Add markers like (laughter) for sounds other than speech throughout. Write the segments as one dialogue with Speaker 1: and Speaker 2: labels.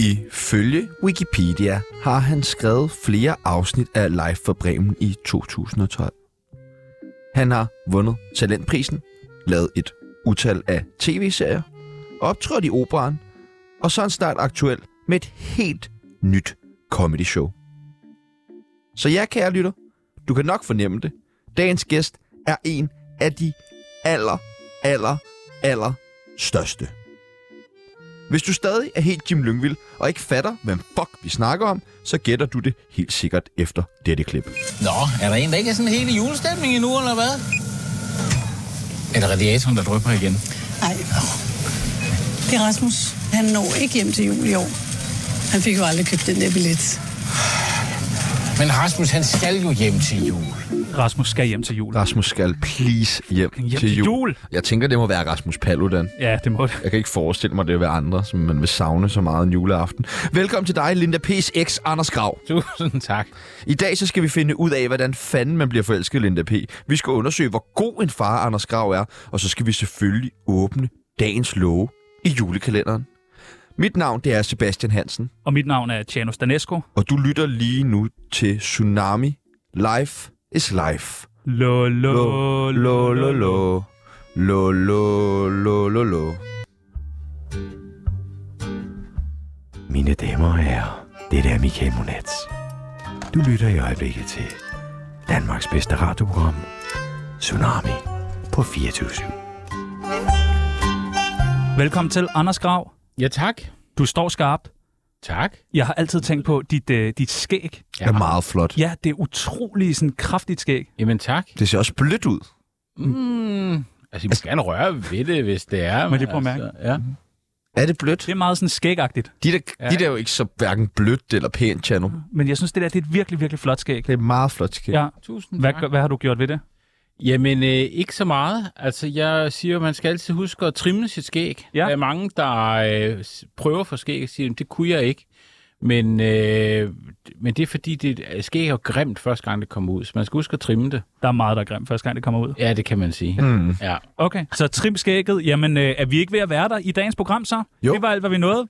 Speaker 1: Ifølge Wikipedia har han skrevet flere afsnit af Live for Bremen i 2012. Han har vundet talentprisen, lavet et utal af tv-serier, optrådt i operan, og så er han snart aktuel med et helt nyt comedy show. Så ja, kære lytter, du kan nok fornemme det. Dagens gæst er en af de aller, aller, aller største. Hvis du stadig er helt Jim Lyngvild og ikke fatter, hvem fuck vi snakker om, så gætter du det helt sikkert efter dette klip.
Speaker 2: Nå, er der en, der ikke er sådan helt i julestemning endnu, eller hvad? Er det radiatoren, der drypper igen?
Speaker 3: Nej. Det er Rasmus. Han når ikke hjem til jul i år. Han fik jo aldrig købt den der billet.
Speaker 2: Men Rasmus, han skal jo hjem til jul.
Speaker 4: Rasmus skal hjem til jul.
Speaker 1: Rasmus skal please hjem,
Speaker 4: Hjem
Speaker 1: til
Speaker 4: til
Speaker 1: jul.
Speaker 4: jul?
Speaker 1: Jeg tænker, det må være Rasmus Paludan.
Speaker 4: Ja, det må det.
Speaker 1: Jeg kan ikke forestille mig, det vil være andre, som man vil savne så meget en juleaften. Velkommen til dig, Linda P's ex, Anders Grav.
Speaker 2: Tusind tak.
Speaker 1: I dag så skal vi finde ud af, hvordan fanden man bliver forelsket, i Linda P. Vi skal undersøge, hvor god en far Anders Grav er, og så skal vi selvfølgelig åbne dagens love i julekalenderen. Mit navn, det er Sebastian Hansen,
Speaker 4: Og mit navn er Tjano Stanesco.
Speaker 1: og du lytter lige nu til Tsunami. Life is life.
Speaker 4: Lo, lo,
Speaker 1: Lo, lo, lo, lo. Lo, lo, lo, lo, lo.
Speaker 5: Mine damer og herrer, det er Michael Monats. Du lytter i øjeblikket til Danmarks bedste radioprogram, Tsunami på 24
Speaker 4: Velkommen til, Anders Grav.
Speaker 2: Ja, tak.
Speaker 4: Du står skarpt.
Speaker 2: Tak.
Speaker 4: Jeg har altid tænkt på dit, øh, dit skæg.
Speaker 1: Det er meget flot.
Speaker 4: Ja, det er utrolig sådan kraftigt skæg.
Speaker 2: Jamen tak.
Speaker 1: Det ser også blødt ud.
Speaker 2: Mm. Altså, I må gerne røre ved det, hvis det er.
Speaker 4: Må jeg lige prøve at
Speaker 2: altså, Ja.
Speaker 1: Er det blødt?
Speaker 4: Det er meget sådan skægagtigt.
Speaker 1: De der,
Speaker 2: Ja.
Speaker 1: ja. de der er jo ikke så hverken blødt eller pænt, Chano.
Speaker 4: Men jeg synes, det der det er et virkelig, virkelig flot skæg.
Speaker 1: Det er meget flot skæg.
Speaker 4: Mm. Ja.
Speaker 2: Tusind
Speaker 4: Hvad,
Speaker 2: tak.
Speaker 4: gør- hvad har du gjort ved det?
Speaker 2: Jamen, øh, ikke så meget. Altså, jeg siger, at man skal altid huske at trimme sit skæg.
Speaker 4: Ja.
Speaker 2: Der er mange, der øh, s- prøver for skæg og siger, at det kunne jeg ikke. Men, øh, men det er fordi, det, skæg er jo grimt første gang, det kommer ud. Så man skal huske at trimme det.
Speaker 4: Der er meget, der er grimt, første gang det kommer ud.
Speaker 2: Ja, det kan man sige.
Speaker 1: Mm.
Speaker 2: Ja.
Speaker 4: Okay, så trim skægget. Jamen, øh, er vi ikke ved at være der i dagens program så?
Speaker 1: Jo.
Speaker 4: Det var alt, hvad vi
Speaker 1: (laughs)
Speaker 4: nåede.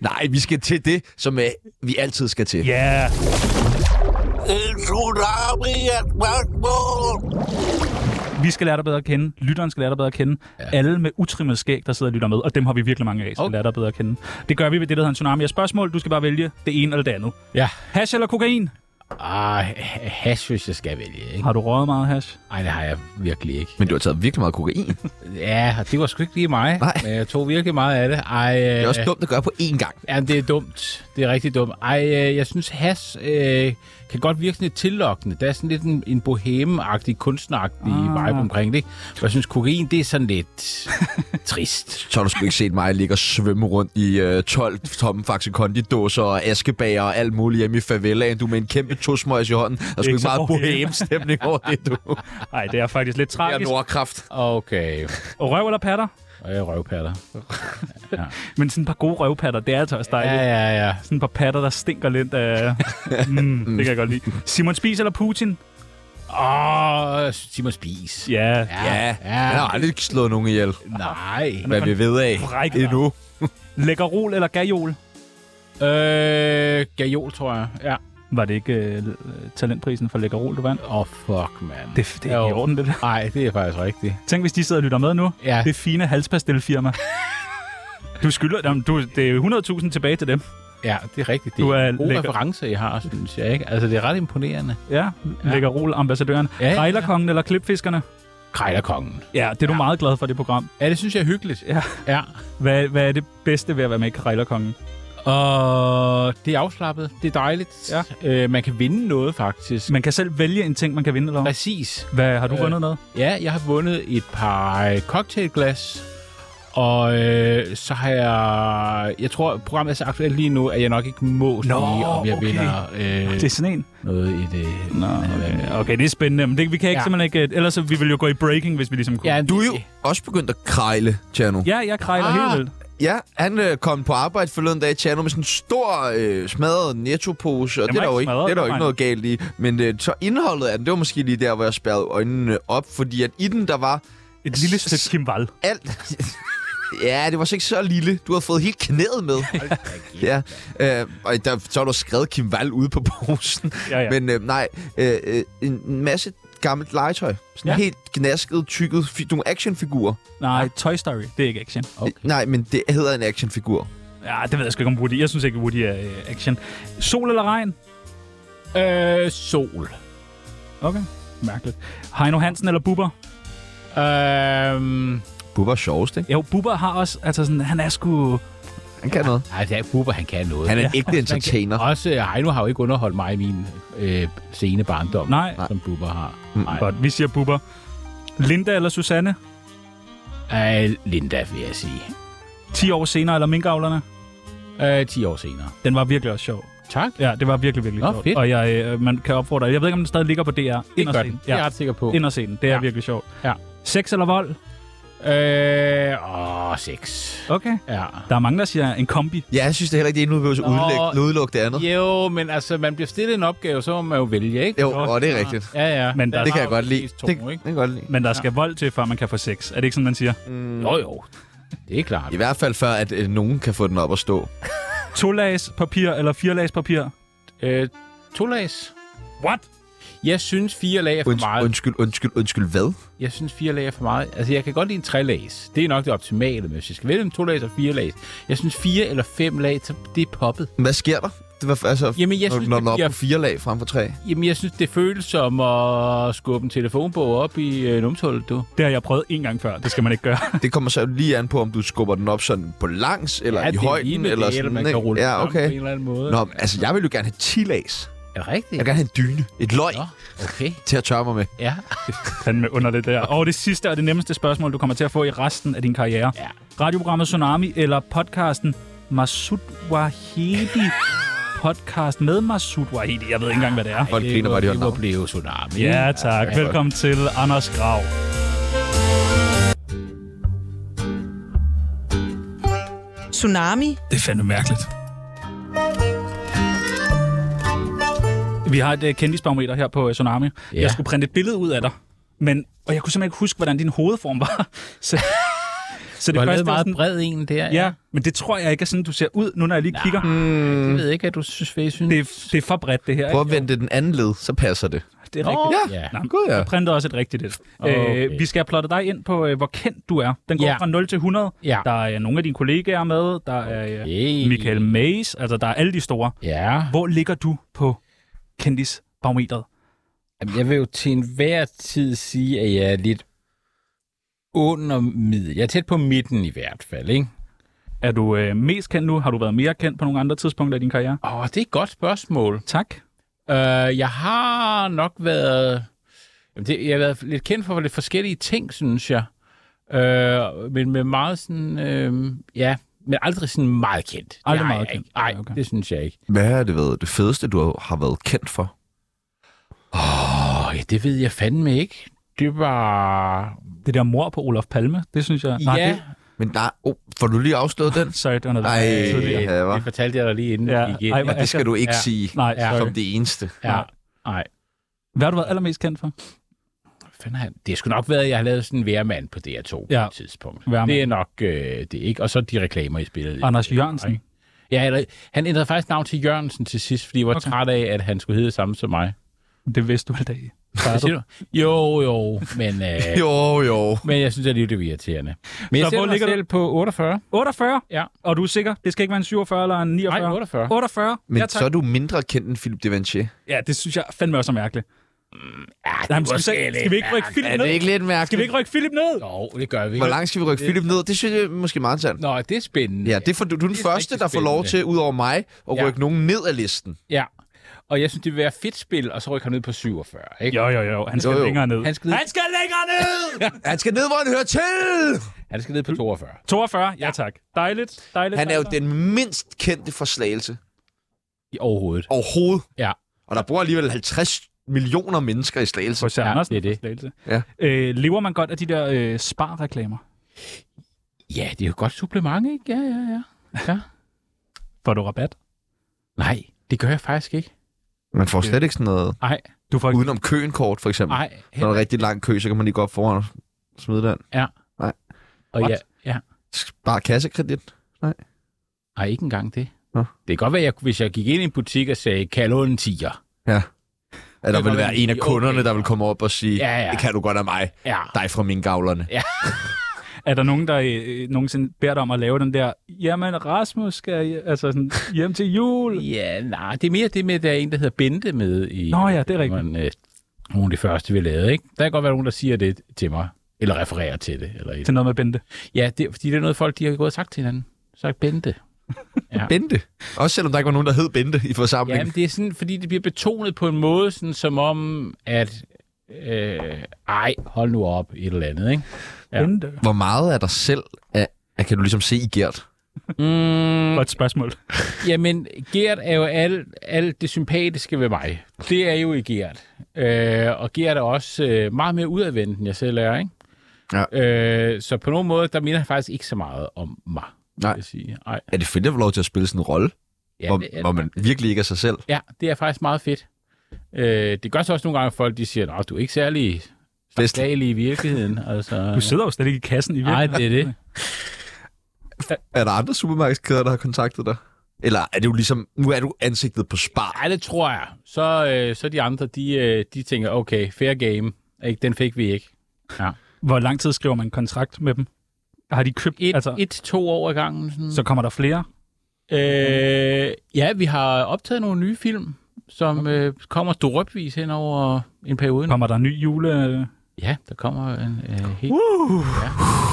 Speaker 1: Nej, vi skal til det, som øh, vi altid skal til.
Speaker 4: Ja. Yeah. Vi skal lære dig bedre at kende. Lytteren skal lære dig bedre at kende. Ja. Alle med utrimmet skæg, der sidder og lytter med, og dem har vi virkelig mange af, skal
Speaker 2: Okay.
Speaker 4: lære dig bedre at kende. Det gør vi ved det, der hedder en tsunami af spørgsmål. Du skal bare vælge det ene eller det andet.
Speaker 2: ja.
Speaker 4: Hash eller kokain?
Speaker 2: Ah, ha- hash, hvis jeg skal vælge, ikke?
Speaker 4: Har du røget meget hash?
Speaker 2: Nej, det har jeg virkelig ikke.
Speaker 1: Men du har taget virkelig meget kokain.
Speaker 2: Ja, og det var sgu ikke lige mig.
Speaker 1: Nej.
Speaker 2: Men jeg tog virkelig meget af det. Ej,
Speaker 1: Det er også dumt at gøre på én gang.
Speaker 2: Ja, det er dumt. Det er rigtig dumt. Ej, øh, jeg synes, has øh, kan godt virke sådan lidt tillokkende. Der er sådan lidt en, en boheme-agtig, kunstneragtig ah. vibe omkring det. Og jeg synes, kokain, det er
Speaker 1: (laughs)
Speaker 2: sådan lidt trist.
Speaker 1: Så har du sgu ikke set mig ligge og svømme rundt i øh, 12 tomme Faxe Kondi-dåser og askebager og alt muligt hjemme i favelaen. Du med en kæmpe tosmøjs i hånden. Der er sgu
Speaker 4: Ikke
Speaker 1: ikke
Speaker 4: så
Speaker 1: meget
Speaker 4: boheme.
Speaker 1: bohemstemning over det,
Speaker 4: (laughs)
Speaker 1: du. Det
Speaker 4: Nej, det er faktisk lidt
Speaker 1: er
Speaker 4: tragisk.
Speaker 1: Nordkraft.
Speaker 2: Okay.
Speaker 4: Og røv eller patter?
Speaker 2: Og jeg røvpatter.
Speaker 4: Men sådan et par gode røvpatter, det er altså også dejligt.
Speaker 2: Ja, ja, ja.
Speaker 4: Sådan et par patter, der stinker lidt af... mm, det kan jeg godt lide. Simon Spies eller Putin?
Speaker 2: Åh, Simon Spies.
Speaker 1: Ja,
Speaker 4: Ja,
Speaker 2: ja.
Speaker 1: han har aldrig slået nogen ihjel.
Speaker 2: Nej.
Speaker 1: Hvad vi ved af
Speaker 4: fræk, hva'?
Speaker 1: endnu.
Speaker 4: Lækker rol eller gajol?
Speaker 2: Øh, Gajol, tror jeg. Ja.
Speaker 4: Var det ikke øh, talentprisen for Lækker rol, du vandt?
Speaker 2: Åh, oh, fuck, mand.
Speaker 4: Det, det er jo. i
Speaker 2: Jo.
Speaker 4: orden, det der.
Speaker 2: Nej, det er faktisk rigtigt.
Speaker 4: Tænk, hvis de sidder og lytter med nu.
Speaker 2: Ja.
Speaker 4: Det fine (laughs) halspastilfirma. Du skylder dem. Du, det er jo 100.000 tilbage til dem.
Speaker 2: Ja, det er rigtigt. Det
Speaker 4: Du
Speaker 2: er,
Speaker 4: er
Speaker 2: er gode
Speaker 4: lækker.
Speaker 2: referencer, I har, synes jeg. Ikke? Altså, det er ret imponerende.
Speaker 4: Ja, Lækker Rol, ambassadøren.
Speaker 2: Ja, ja,
Speaker 4: Ja,
Speaker 2: ja.
Speaker 4: Rejlerkongen eller klipfiskerne?
Speaker 2: Krejlerkongen.
Speaker 4: Ja, det er du meget glad for, det program.
Speaker 2: Ja, det synes jeg er hyggeligt.
Speaker 4: Ja.
Speaker 2: ja.
Speaker 4: Hvad, hvad er det bedste ved at være med i Krejlerkongen?
Speaker 2: Og det er afslappet. Det er dejligt.
Speaker 4: Ja.
Speaker 2: Øh, man kan vinde noget, faktisk.
Speaker 4: Man kan selv vælge en ting, man kan vinde, eller hvad?
Speaker 2: Præcis.
Speaker 4: Hvad har du
Speaker 2: Øh.
Speaker 4: vundet noget?
Speaker 2: Ja, jeg har vundet et par øh, cocktailglas. Og øh, så har jeg... Jeg tror, programmet er så aktuelt lige nu, at jeg nok ikke må sige, om jeg
Speaker 4: okay.
Speaker 2: vinder øh,
Speaker 4: Det er sådan en.
Speaker 2: noget i det.
Speaker 4: Nå, okay. okay, det er spændende. Men det, vi kan ikke
Speaker 2: Ja.
Speaker 4: ja. simpelthen ikke... øh, Ellers så vi ville jo gå i breaking, hvis vi ligesom kunne.
Speaker 2: Ja,
Speaker 1: Du er jo også begyndt at krejle, Tjerno.
Speaker 4: ja jeg krejler
Speaker 2: Ah.
Speaker 4: helt vildt.
Speaker 1: Ja, han øh, kom på arbejde forleden dag, Tjerno, med sådan en stor øh, smadret nettopose, og
Speaker 4: Den
Speaker 1: det er,
Speaker 4: var
Speaker 1: der jo
Speaker 4: ikke
Speaker 1: ikke, det
Speaker 4: smadret,
Speaker 1: er der jo
Speaker 4: den
Speaker 1: ikke
Speaker 4: var
Speaker 1: noget galt i. Men øh, så indholdet af den, det var måske lige der, hvor jeg spærrede øjnene op, fordi at i den, der var
Speaker 4: Et lille stykke Kim Wall.
Speaker 1: alt... (laughs) Ja, det var så ikke så lille. Du har fået helt knæet med. ja. Øh, og der, så har du skrevet Kim Wall ude på posen.
Speaker 4: Ja, ja.
Speaker 1: Men øh, nej, øh, øh, en masse gammelt legetøj. Sådan
Speaker 4: Ja.
Speaker 1: ja. helt gnasket, tykket, fi- nogle actionfigurer.
Speaker 4: Nej, Toy Story, det er ikke action.
Speaker 1: Okay. Nej, men det hedder en actionfigur.
Speaker 4: Ja, det ved jeg sgu ikke om Woody. Jeg synes ikke, Woody er øh, action. Sol eller regn?
Speaker 2: Øh, sol.
Speaker 4: Okay, mærkeligt. Heino Hansen eller Bubber?
Speaker 2: Øhm,
Speaker 1: Bubba er sjovest, ikke?
Speaker 4: Jo, Bubber har også... Altså sådan, han er sgu...
Speaker 1: Han kan noget.
Speaker 2: ej, det er Bubber, han kan noget.
Speaker 1: Han er en
Speaker 4: Ja.
Speaker 1: ægte
Speaker 2: Man kan-
Speaker 1: entertainer.
Speaker 2: Også øh, Heino har jo ikke underholdt mig i min øh, sene barndom,
Speaker 4: Nej.
Speaker 2: som Bubber har.
Speaker 1: Mm.
Speaker 2: Nej.
Speaker 4: Godt, vi siger Bubber. Linda eller Susanne?
Speaker 2: Øh, Linda, vil jeg sige.
Speaker 4: 10 år senere eller Minkavlerne?
Speaker 2: Øh, 10 år senere.
Speaker 4: Den var virkelig også sjov.
Speaker 2: Tak.
Speaker 4: Ja, det var virkelig, virkelig
Speaker 2: Nå,
Speaker 4: sjovt.
Speaker 2: fedt.
Speaker 4: Og jeg, øh, man kan opfordre... Jeg ved ikke, om den stadig ligger på DR.
Speaker 2: Det
Speaker 4: Ind og
Speaker 2: gør
Speaker 4: se
Speaker 2: den. Det er jeg
Speaker 4: Ja,
Speaker 2: ret sikker på.
Speaker 4: ind og se den. Det er
Speaker 2: Ja.
Speaker 4: virkelig sjovt.
Speaker 2: Ja.
Speaker 4: Sex eller vold?
Speaker 2: Øh, åh, 6.
Speaker 4: Okay.
Speaker 2: Ja.
Speaker 4: Der er mange, der siger en kombi.
Speaker 1: Ja, jeg synes det heller ikke, det ene udløb- udlæg- udelukke det andet.
Speaker 2: Jo, men altså, man bliver stillet en opgave, så må man jo vælge, ikke?
Speaker 1: Jo,
Speaker 4: Godt.
Speaker 1: og det er rigtigt.
Speaker 2: Ja, ja.
Speaker 4: Men der-
Speaker 1: Det kan
Speaker 2: har
Speaker 1: jeg godt
Speaker 2: jo
Speaker 1: lide.
Speaker 2: mest
Speaker 1: Det,
Speaker 2: to,
Speaker 1: det
Speaker 2: ikke?
Speaker 1: kan jeg godt lide.
Speaker 4: Men der skal vold til, før man kan få sex. Er det ikke sådan, man siger?
Speaker 2: Jo, jo. Det er klart.
Speaker 1: I hvert fald før, at øh, nogen kan få den op at stå.
Speaker 4: To lags papir eller fire lags papir?
Speaker 2: Øh, to lags.
Speaker 4: What?
Speaker 2: Jeg synes, fire lag er for
Speaker 1: Unds-
Speaker 2: meget.
Speaker 1: undskyld, undskyld, undskyld, hvad?
Speaker 2: Jeg synes, fire lag er for meget. Altså, jeg kan godt lide en tre lags. Det er nok det optimale, men hvis jeg skal vælge en to lags og fire lags. Jeg synes, fire eller fem lag, så det er poppet.
Speaker 1: Hvad sker der? Det var, altså,
Speaker 2: Jamen, jeg
Speaker 1: når,
Speaker 2: synes,
Speaker 1: når
Speaker 2: det
Speaker 1: den er op
Speaker 2: bliver-
Speaker 1: på fire lag frem for tre.
Speaker 2: Jamen, jeg synes, det føles som at skubbe en telefonbog op i øh, numshullet, du.
Speaker 4: Det har jeg prøvet en gang før. Det skal man ikke gøre.
Speaker 1: Det kommer så lige an på, om du skubber den op sådan på langs, eller i
Speaker 2: det er
Speaker 1: højden,
Speaker 2: lignende
Speaker 1: eller
Speaker 2: det,
Speaker 1: sådan.
Speaker 2: man
Speaker 1: ikke?
Speaker 2: kan rulle
Speaker 1: ja,
Speaker 2: den frem på en
Speaker 1: okay.
Speaker 2: eller anden måde.
Speaker 1: Nå, men, altså, jeg vil jo gerne have 10 lags.
Speaker 2: Er det rigtigt?
Speaker 1: Jeg vil gerne have en dyne, et løg,
Speaker 2: Nå, okay.
Speaker 1: til at tørre mig med. (laughs)
Speaker 2: Ja.
Speaker 4: Fandme under det der. Og det sidste og det nemmeste spørgsmål, du kommer til at få i resten af din karriere.
Speaker 2: Ja.
Speaker 4: Radioprogrammet Tsunami eller podcasten Masud Wahedi. Podcast med Masud Wahedi. Jeg ved ikke engang, hvad det er.
Speaker 1: Folk griner bare, de
Speaker 2: det
Speaker 1: holder
Speaker 2: må
Speaker 1: navn.
Speaker 2: blive tsunami.
Speaker 4: Ja, tak. Velkommen til Anders Grav.
Speaker 6: Tsunami
Speaker 4: Det er fandme mærkeligt. Vi har et uh, kendisbarometer her på uh, Tsunami.
Speaker 2: Ja.
Speaker 4: Jeg skulle printe et billede ud af dig, men, og jeg kunne simpelthen ikke huske, hvordan din hovedform var. (laughs) så, så
Speaker 2: Du har
Speaker 4: første
Speaker 2: lavet
Speaker 4: var
Speaker 2: meget
Speaker 4: sådan,
Speaker 2: bred en der.
Speaker 4: Ja, men det tror jeg ikke er sådan, du ser ud, nu når jeg lige Nej. kigger.
Speaker 2: Jeg ved ikke, at du synes, hvad jeg synes.
Speaker 4: Det er, det er for bredt, det her.
Speaker 1: Prøv
Speaker 4: Ikke?
Speaker 1: at vende den anden led, så passer det.
Speaker 4: Det er rigtigt.
Speaker 1: Ja,
Speaker 2: ja.
Speaker 4: Nå,
Speaker 1: god ja.
Speaker 4: Jeg printer også et rigtigt et.
Speaker 2: Okay.
Speaker 4: Øh, vi skal have plottet dig ind på, øh, hvor kendt du er. Den går
Speaker 2: Ja.
Speaker 4: fra 0 til 100.
Speaker 2: Ja.
Speaker 4: Der er øh, nogle af dine kollegaer med. Der er øh,
Speaker 2: Hey.
Speaker 4: Michael Mays. Altså, der er alle de store.
Speaker 2: Ja.
Speaker 4: Hvor ligger du på kendisbarometeret?
Speaker 2: Jamen, Jeg vil jo til enhver tid sige, at jeg er lidt under middel. Jeg er tæt på midten i hvert fald, ikke?
Speaker 4: Er du øh, mest kendt nu? Har du været mere kendt på nogle andre tidspunkter i din karriere?
Speaker 2: Åh, det er et godt spørgsmål.
Speaker 4: Tak.
Speaker 2: Øh, jeg har nok været... Jamen, det, jeg har været lidt kendt for lidt forskellige ting, synes jeg. Øh, men med meget sådan... Øh, ja, men aldrig sådan meget kendt. Det
Speaker 4: Aldrig
Speaker 2: har
Speaker 4: meget
Speaker 2: jeg
Speaker 4: kendt.
Speaker 2: Ikke. Nej,
Speaker 4: Ja, okay.
Speaker 2: okay. det synes jeg ikke.
Speaker 1: Hvad er det, ved, det fedeste, du har- har været kendt for?
Speaker 2: Åh, ja, det ved jeg fandme ikke. Det var...
Speaker 4: Det der mor på Olof Palme, det synes jeg...
Speaker 2: ja,
Speaker 4: det,
Speaker 1: Men nej, oh, får du lige afsløret
Speaker 2: (laughs)
Speaker 1: den?
Speaker 4: sorry, det var noget, der
Speaker 1: Ej.
Speaker 4: var tidligere.
Speaker 1: det har jeg, hva'?
Speaker 2: det fortalte jeg dig lige inden
Speaker 4: Ja,
Speaker 2: ja. igen.
Speaker 4: ej, hvor-
Speaker 1: Det skal du ikke
Speaker 2: Ja.
Speaker 1: sige
Speaker 4: Nej,
Speaker 2: Ja.
Speaker 4: sorry.
Speaker 1: som det eneste.
Speaker 2: Ja, nej.
Speaker 4: Hvad har du været allermest kendt for?
Speaker 2: fanden har jeg... Det skulle nok været, at jeg har lavet sådan en værmand på DR2 ja.
Speaker 4: Ja.
Speaker 2: på et tidspunkt.
Speaker 4: Vejrmand.
Speaker 2: Det er nok øh, det, ikke? Og så de reklamer, I spillede.
Speaker 4: Anders Jørgensen.
Speaker 2: Ja, eller, han ændrede faktisk navn til Jørgensen til sidst, fordi jeg var
Speaker 4: Okay.
Speaker 2: okay. træt af, at han skulle hedde det samme som mig.
Speaker 4: Det vidste du i dag.
Speaker 2: Hvad (laughs) siger du? Jo, (laughs) jo, men, øh,
Speaker 1: Jo, jo.
Speaker 2: men jeg synes alligevel, det er irriterende. Men
Speaker 4: Så
Speaker 2: jeg
Speaker 4: hvor
Speaker 2: ser mig
Speaker 4: ligger du?
Speaker 2: selv på 48.
Speaker 4: 48?
Speaker 2: Ja.
Speaker 4: Og du er sikker? Det skal ikke være en 47 eller en 49?
Speaker 2: Nej, 48.
Speaker 4: 48?
Speaker 1: Men
Speaker 4: ja,
Speaker 1: ja,
Speaker 4: tak.
Speaker 1: så er du mindre kendt end Philip Devanché.
Speaker 4: Ja, det synes jeg fandme også er mærkeligt.
Speaker 2: Mm, Ja,
Speaker 4: Nej, men skal, vi, så- skal vi ikke rykke Philip ned?
Speaker 1: lidt
Speaker 4: Skal vi
Speaker 1: mærkeligt?
Speaker 4: ikke rykke Philip ned?
Speaker 2: Jo, det gør vi
Speaker 1: Hvor
Speaker 2: ikke.
Speaker 1: langt skal vi rykke Philip ned? Det synes jeg måske er meget interessant.
Speaker 2: Nå, det er spændende.
Speaker 1: Ja, det er for, du, du er den
Speaker 2: Det er
Speaker 1: første,
Speaker 2: rigtig
Speaker 1: der får lov til,
Speaker 2: spændende.
Speaker 1: ud over mig, at
Speaker 2: Ja.
Speaker 1: rykke nogen ned af listen.
Speaker 2: ja. Og jeg synes, det vil være fedt spil, og så rykker han ned på 47, ikke?
Speaker 4: Jo, jo, jo. Han skal
Speaker 1: Jo, jo.
Speaker 4: længere ned.
Speaker 2: Han skal ned-
Speaker 4: Han skal længere ned!
Speaker 1: Han skal ned, hvor han hører til!
Speaker 2: Han skal ned på 42.
Speaker 4: 42? Ja, tak. Dejligt. Dejligt.
Speaker 1: Han er jo
Speaker 4: dejligt.
Speaker 1: den mindst kendte for slagelse
Speaker 2: I overhovedet.
Speaker 1: overhovedet.
Speaker 2: Ja.
Speaker 1: Og der bor alligevel 50 millioner mennesker i slagelse.
Speaker 4: Hos ja,
Speaker 2: Ja,
Speaker 4: Andersen
Speaker 2: det er det.
Speaker 4: det.
Speaker 1: Ja.
Speaker 4: Øh, lever man godt af de der øh, sparreklamer?
Speaker 2: Ja, det er jo et godt supplement, ikke? Ja, ja, ja. ja.
Speaker 4: Får du rabat?
Speaker 2: Nej, det gør jeg faktisk ikke.
Speaker 1: Man får slet ikke sådan noget
Speaker 2: Nej,
Speaker 4: Du får ikke...
Speaker 1: udenom køen kort, for eksempel.
Speaker 2: nej.
Speaker 1: Når der er rigtig lang kø, så kan man lige gå op foran og smide den.
Speaker 2: Og
Speaker 1: What?
Speaker 2: ja, ja.
Speaker 1: Bare kassekredit?
Speaker 2: Nej, ikke engang det.
Speaker 1: Nå.
Speaker 2: Det kan godt være, at jeg, hvis jeg gik ind i en butik og sagde, kan jeg låne en tiger?
Speaker 1: At der
Speaker 2: Det
Speaker 1: vil
Speaker 2: må
Speaker 1: være
Speaker 2: være-
Speaker 1: en af
Speaker 2: okay.
Speaker 1: kunderne, der vil komme op og sige,
Speaker 2: Ja, ja.
Speaker 1: det kan du godt af mig,
Speaker 2: Ja.
Speaker 1: dig fra mine gavlerne.
Speaker 4: Er der nogen, der øh, nogensinde beder dig om at lave den der, jamen Rasmus skal altså sådan, hjem til jul?
Speaker 2: Ja, nej, det er mere det med, at der er en, der hedder Bente med i...
Speaker 4: Nå ja, det er rigtigt.
Speaker 2: Men, øh, nogle af de første, vi lavede, ikke? Der kan godt være nogen, der siger det til mig. Eller refererer til det. Eller et.
Speaker 4: Til noget med Bente.
Speaker 2: Ja, det, er- fordi det er noget, folk de har gået og sagt til hinanden. Sagt Bente. Ja.
Speaker 1: Bente. Også selvom der ikke var nogen, der hed Bente i forsamlingen.
Speaker 2: Jamen, det er sådan, fordi det bliver betonet på en måde, sådan som om, at... Øh, ej, hold nu op, et eller andet, ikke? Ja.
Speaker 4: Bente.
Speaker 1: Hvor meget af dig selv er, er, kan du ligesom se i Gert?
Speaker 2: Mm,
Speaker 4: Godt spørgsmål.
Speaker 2: Jamen, Gert er jo alt al det sympatiske ved mig. Det er jo i Gert. Øh, og Gert er også øh, meget mere udadvendt, end jeg selv er, ikke? Ja. Øh, så på nogen måde, der minder han faktisk ikke så meget om mig. vil
Speaker 1: Nej.
Speaker 2: Jeg sige. Ej.
Speaker 1: Er det fedt at få lov til at spille sådan en rolle,
Speaker 2: Ja,
Speaker 1: hvor,
Speaker 2: det er,
Speaker 1: hvor man virkelig ikke er sig selv?
Speaker 2: ja, det er faktisk meget fedt. Øh, det gør så også nogle gange, at folk de siger, at du er ikke særlig
Speaker 1: Bedst.
Speaker 2: stabil i virkeligheden. Altså,
Speaker 4: Du sidder jo slet ikke i kassen i
Speaker 2: Nej,
Speaker 4: virkeligheden.
Speaker 2: det er det.
Speaker 1: Er der andre supermarkedskæder, der har kontaktet dig? Eller er det jo ligesom, nu er du ansigtet på spar?
Speaker 2: Ej, det tror jeg. Så, øh, så de andre, de, øh, de tænker, okay, fair game. Ikke? Den fik vi ikke.
Speaker 4: Hvor lang tid skriver man kontrakt med dem? Har de købt?
Speaker 2: Et, altså,
Speaker 4: altså,
Speaker 2: et to år ad gangen. Sådan.
Speaker 4: Så kommer der flere?
Speaker 2: Øh, ja, vi har optaget nogle nye film, som okay. øh, kommer drøbvis hen over en periode. nu.
Speaker 4: Kommer der ny jule
Speaker 2: Ja, der kommer en øh, helt...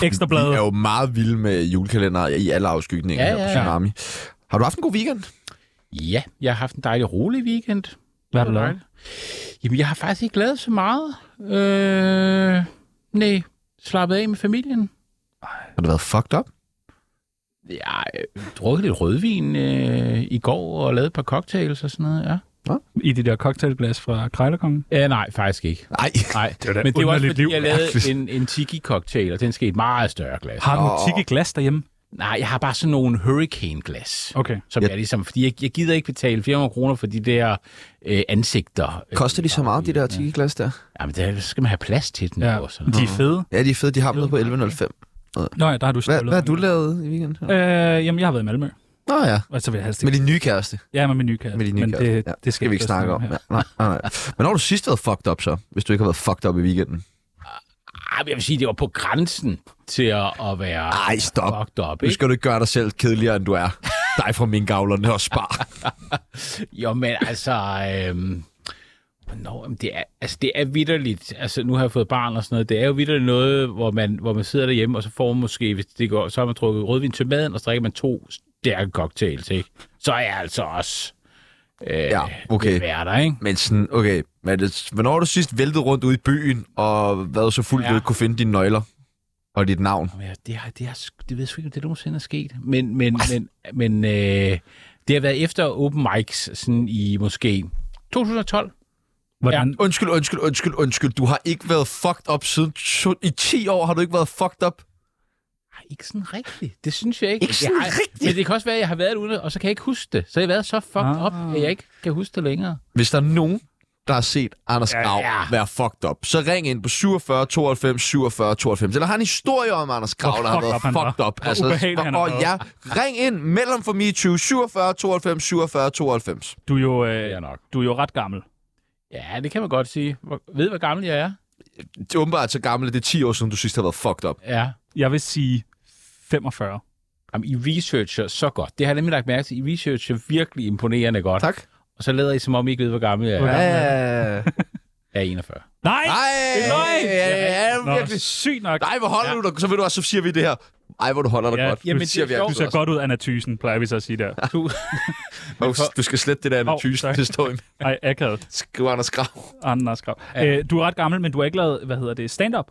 Speaker 4: ekstrablad?
Speaker 1: Jeg er jo meget vild med julekalender i alle afskygninger
Speaker 2: Ja,
Speaker 1: ja, ja, ja.
Speaker 2: ja,
Speaker 1: her
Speaker 2: ja.
Speaker 1: på Tsunami. Har du haft en god weekend?
Speaker 2: Ja, jeg har haft en dejlig rolig weekend.
Speaker 4: Hvad har du
Speaker 2: Det var
Speaker 4: lavet?
Speaker 2: dejligt. Jamen, jeg har faktisk ikke lavet så meget. Øh, nej, slappet af med familien.
Speaker 1: Har du været fucked up?
Speaker 2: Jeg øh, drukket lidt rødvin øh, i går og lavet et par cocktails og sådan noget, ja.
Speaker 4: I de der cocktailglas fra Krejlerkongen?
Speaker 2: Ja, nej, faktisk ikke.
Speaker 1: Nej.
Speaker 2: Nej,
Speaker 4: Det var da
Speaker 2: men det var også
Speaker 4: underligt
Speaker 2: fordi,
Speaker 4: liv.
Speaker 2: jeg lavede
Speaker 1: Mærkeligt.
Speaker 2: en, en tiki-cocktail, og den skal i et meget større glas.
Speaker 4: Har du
Speaker 1: Åh.
Speaker 4: oh. glas derhjemme?
Speaker 2: Nej, jeg har bare sådan nogle hurricane-glas.
Speaker 4: Okay.
Speaker 2: Som
Speaker 1: Ja.
Speaker 2: jeg ligesom, fordi jeg, jeg gider ikke betale 400 kroner for de der øh, ansigter.
Speaker 1: Koster de så meget, de der
Speaker 2: Ja.
Speaker 1: 10 glas der?
Speaker 2: Jamen, der skal man have plads til den.
Speaker 4: Ja.
Speaker 2: Ja. Også.
Speaker 4: De er fede.
Speaker 1: Ja, de er fede. De har dem nede på 11.05.
Speaker 4: Nå ja, der har du
Speaker 1: Hvad,
Speaker 4: stjålet.
Speaker 1: hvad har du lavet i weekenden?
Speaker 4: Øh, jamen, jeg har været i Malmø.
Speaker 1: Nå ja,
Speaker 4: Og så vil jeg helst
Speaker 1: med
Speaker 4: ikke.
Speaker 1: din nye kæreste.
Speaker 4: Ja, med min nye kæreste.
Speaker 1: Med din nye
Speaker 4: men
Speaker 1: kæreste.
Speaker 4: det,
Speaker 1: ja.
Speaker 4: det
Speaker 1: skal vi ikke snakke om.
Speaker 4: Her.
Speaker 1: Ja, nej, nej, nej. Men har du sidst været fucked up så, hvis du ikke har været fucked up i weekenden?
Speaker 2: Ej, men jeg vil sige, det var på grænsen til at, at være
Speaker 1: Ej, stop.
Speaker 2: fucked up.
Speaker 1: Nu
Speaker 2: Ikke?
Speaker 1: skal du ikke gøre dig selv kedeligere, end du er. (laughs) Dig fra min gavlerne og spar.
Speaker 2: Jo, men altså... Øhm, Nå, men det er, altså det er vidderligt. Altså, nu har jeg fået barn og sådan noget. Det er jo vidderligt noget, hvor man, hvor man sidder derhjemme, og så får man måske, hvis det går, så har man drukket rødvin til maden, og så drikker man to stærke cocktails, ikke? Så er jeg altså også øh,
Speaker 1: Ja, okay.
Speaker 2: lidt værter, ikke?
Speaker 1: Men sådan, okay, men det, hvornår har du sidst væltet rundt ude i byen, og været så fuld, ja.
Speaker 2: Ja.
Speaker 1: du ikke kunne finde dine nøgler og dit navn?
Speaker 2: Jamen, ja, det, har, det, har, sk- det ved jeg sgu ikke, om det nogensinde er sket. Men, men, men, men øh, det har været efter open mics sådan i måske 2012.
Speaker 4: Hvordan,
Speaker 1: Undskyld, undskyld, undskyld, undskyld. Du har ikke været fucked up siden... to- I 10 år har du ikke været fucked up.
Speaker 2: Nej, ikke sådan rigtigt. Det synes jeg ikke.
Speaker 1: Ikke sådan
Speaker 2: jeg, har-
Speaker 1: rigtigt?
Speaker 2: Men det kan også være, at jeg har været ude, og så kan jeg ikke huske det. Så har jeg været så fucked
Speaker 4: Ah.
Speaker 2: ah. up, at jeg ikke kan huske det længere.
Speaker 1: Hvis der er nogen, der har set Anders
Speaker 4: Ja,
Speaker 1: Grav
Speaker 2: ja.
Speaker 1: være fucked up, så ring ind på 47 92 47 92. Eller har en historie om Anders Grav, der
Speaker 4: Hvor
Speaker 1: har
Speaker 4: fucked
Speaker 1: været
Speaker 4: up han
Speaker 1: fucked
Speaker 4: var.
Speaker 1: up. Altså,
Speaker 4: Hvor ubehagelig han har
Speaker 1: og
Speaker 4: været.
Speaker 1: ja, ring ind mellem for MeToo 47 92 47 92.
Speaker 4: du, er jo, øh,
Speaker 2: jeg nok.
Speaker 4: du er jo ret gammel.
Speaker 2: Ja, det kan man godt sige. Hvor, ved, hvor gammel jeg er?
Speaker 1: Det er åbenbart så gammelt, det er 10 år siden, du sidst har været fucked up.
Speaker 2: Ja.
Speaker 4: Jeg vil sige 45.
Speaker 2: Jamen, I researcher så godt. Det har jeg nemlig lagt mærke til. I researcher virkelig imponerende godt.
Speaker 1: Tak. Øh,
Speaker 2: Og så lader I, som om I ikke ved, hvor gammel jeg er.
Speaker 4: Ja.
Speaker 1: Ja.
Speaker 2: Jeg er 41.
Speaker 4: Nej!
Speaker 1: Nej,
Speaker 4: løgn!
Speaker 1: ja, ja, ja,
Speaker 4: Nå,
Speaker 1: virkelig.
Speaker 4: sygt nok.
Speaker 1: Nej, hvor holder ja. du dig? Så ved du også, så siger vi det her. Ej, hvor du holder dig
Speaker 4: Ja,
Speaker 1: godt.
Speaker 2: jamen,
Speaker 1: det siger
Speaker 2: det
Speaker 1: vi
Speaker 2: er
Speaker 4: Du
Speaker 1: altid
Speaker 4: ser
Speaker 1: også.
Speaker 4: godt ud, Anna Thysen, plejer vi så at sige
Speaker 1: (laughs)
Speaker 4: der.
Speaker 2: Du,
Speaker 1: Godt. Du skal slette det der
Speaker 4: Hov,
Speaker 1: analyse,
Speaker 4: sorry.
Speaker 1: oh, det står i
Speaker 4: Ej, akavet.
Speaker 1: skriver Anders Grav.
Speaker 4: Anders Grav.
Speaker 2: Ja.
Speaker 4: Ja. Øh, du er ret gammel, men du har ikke lavet, hvad hedder det, stand-up?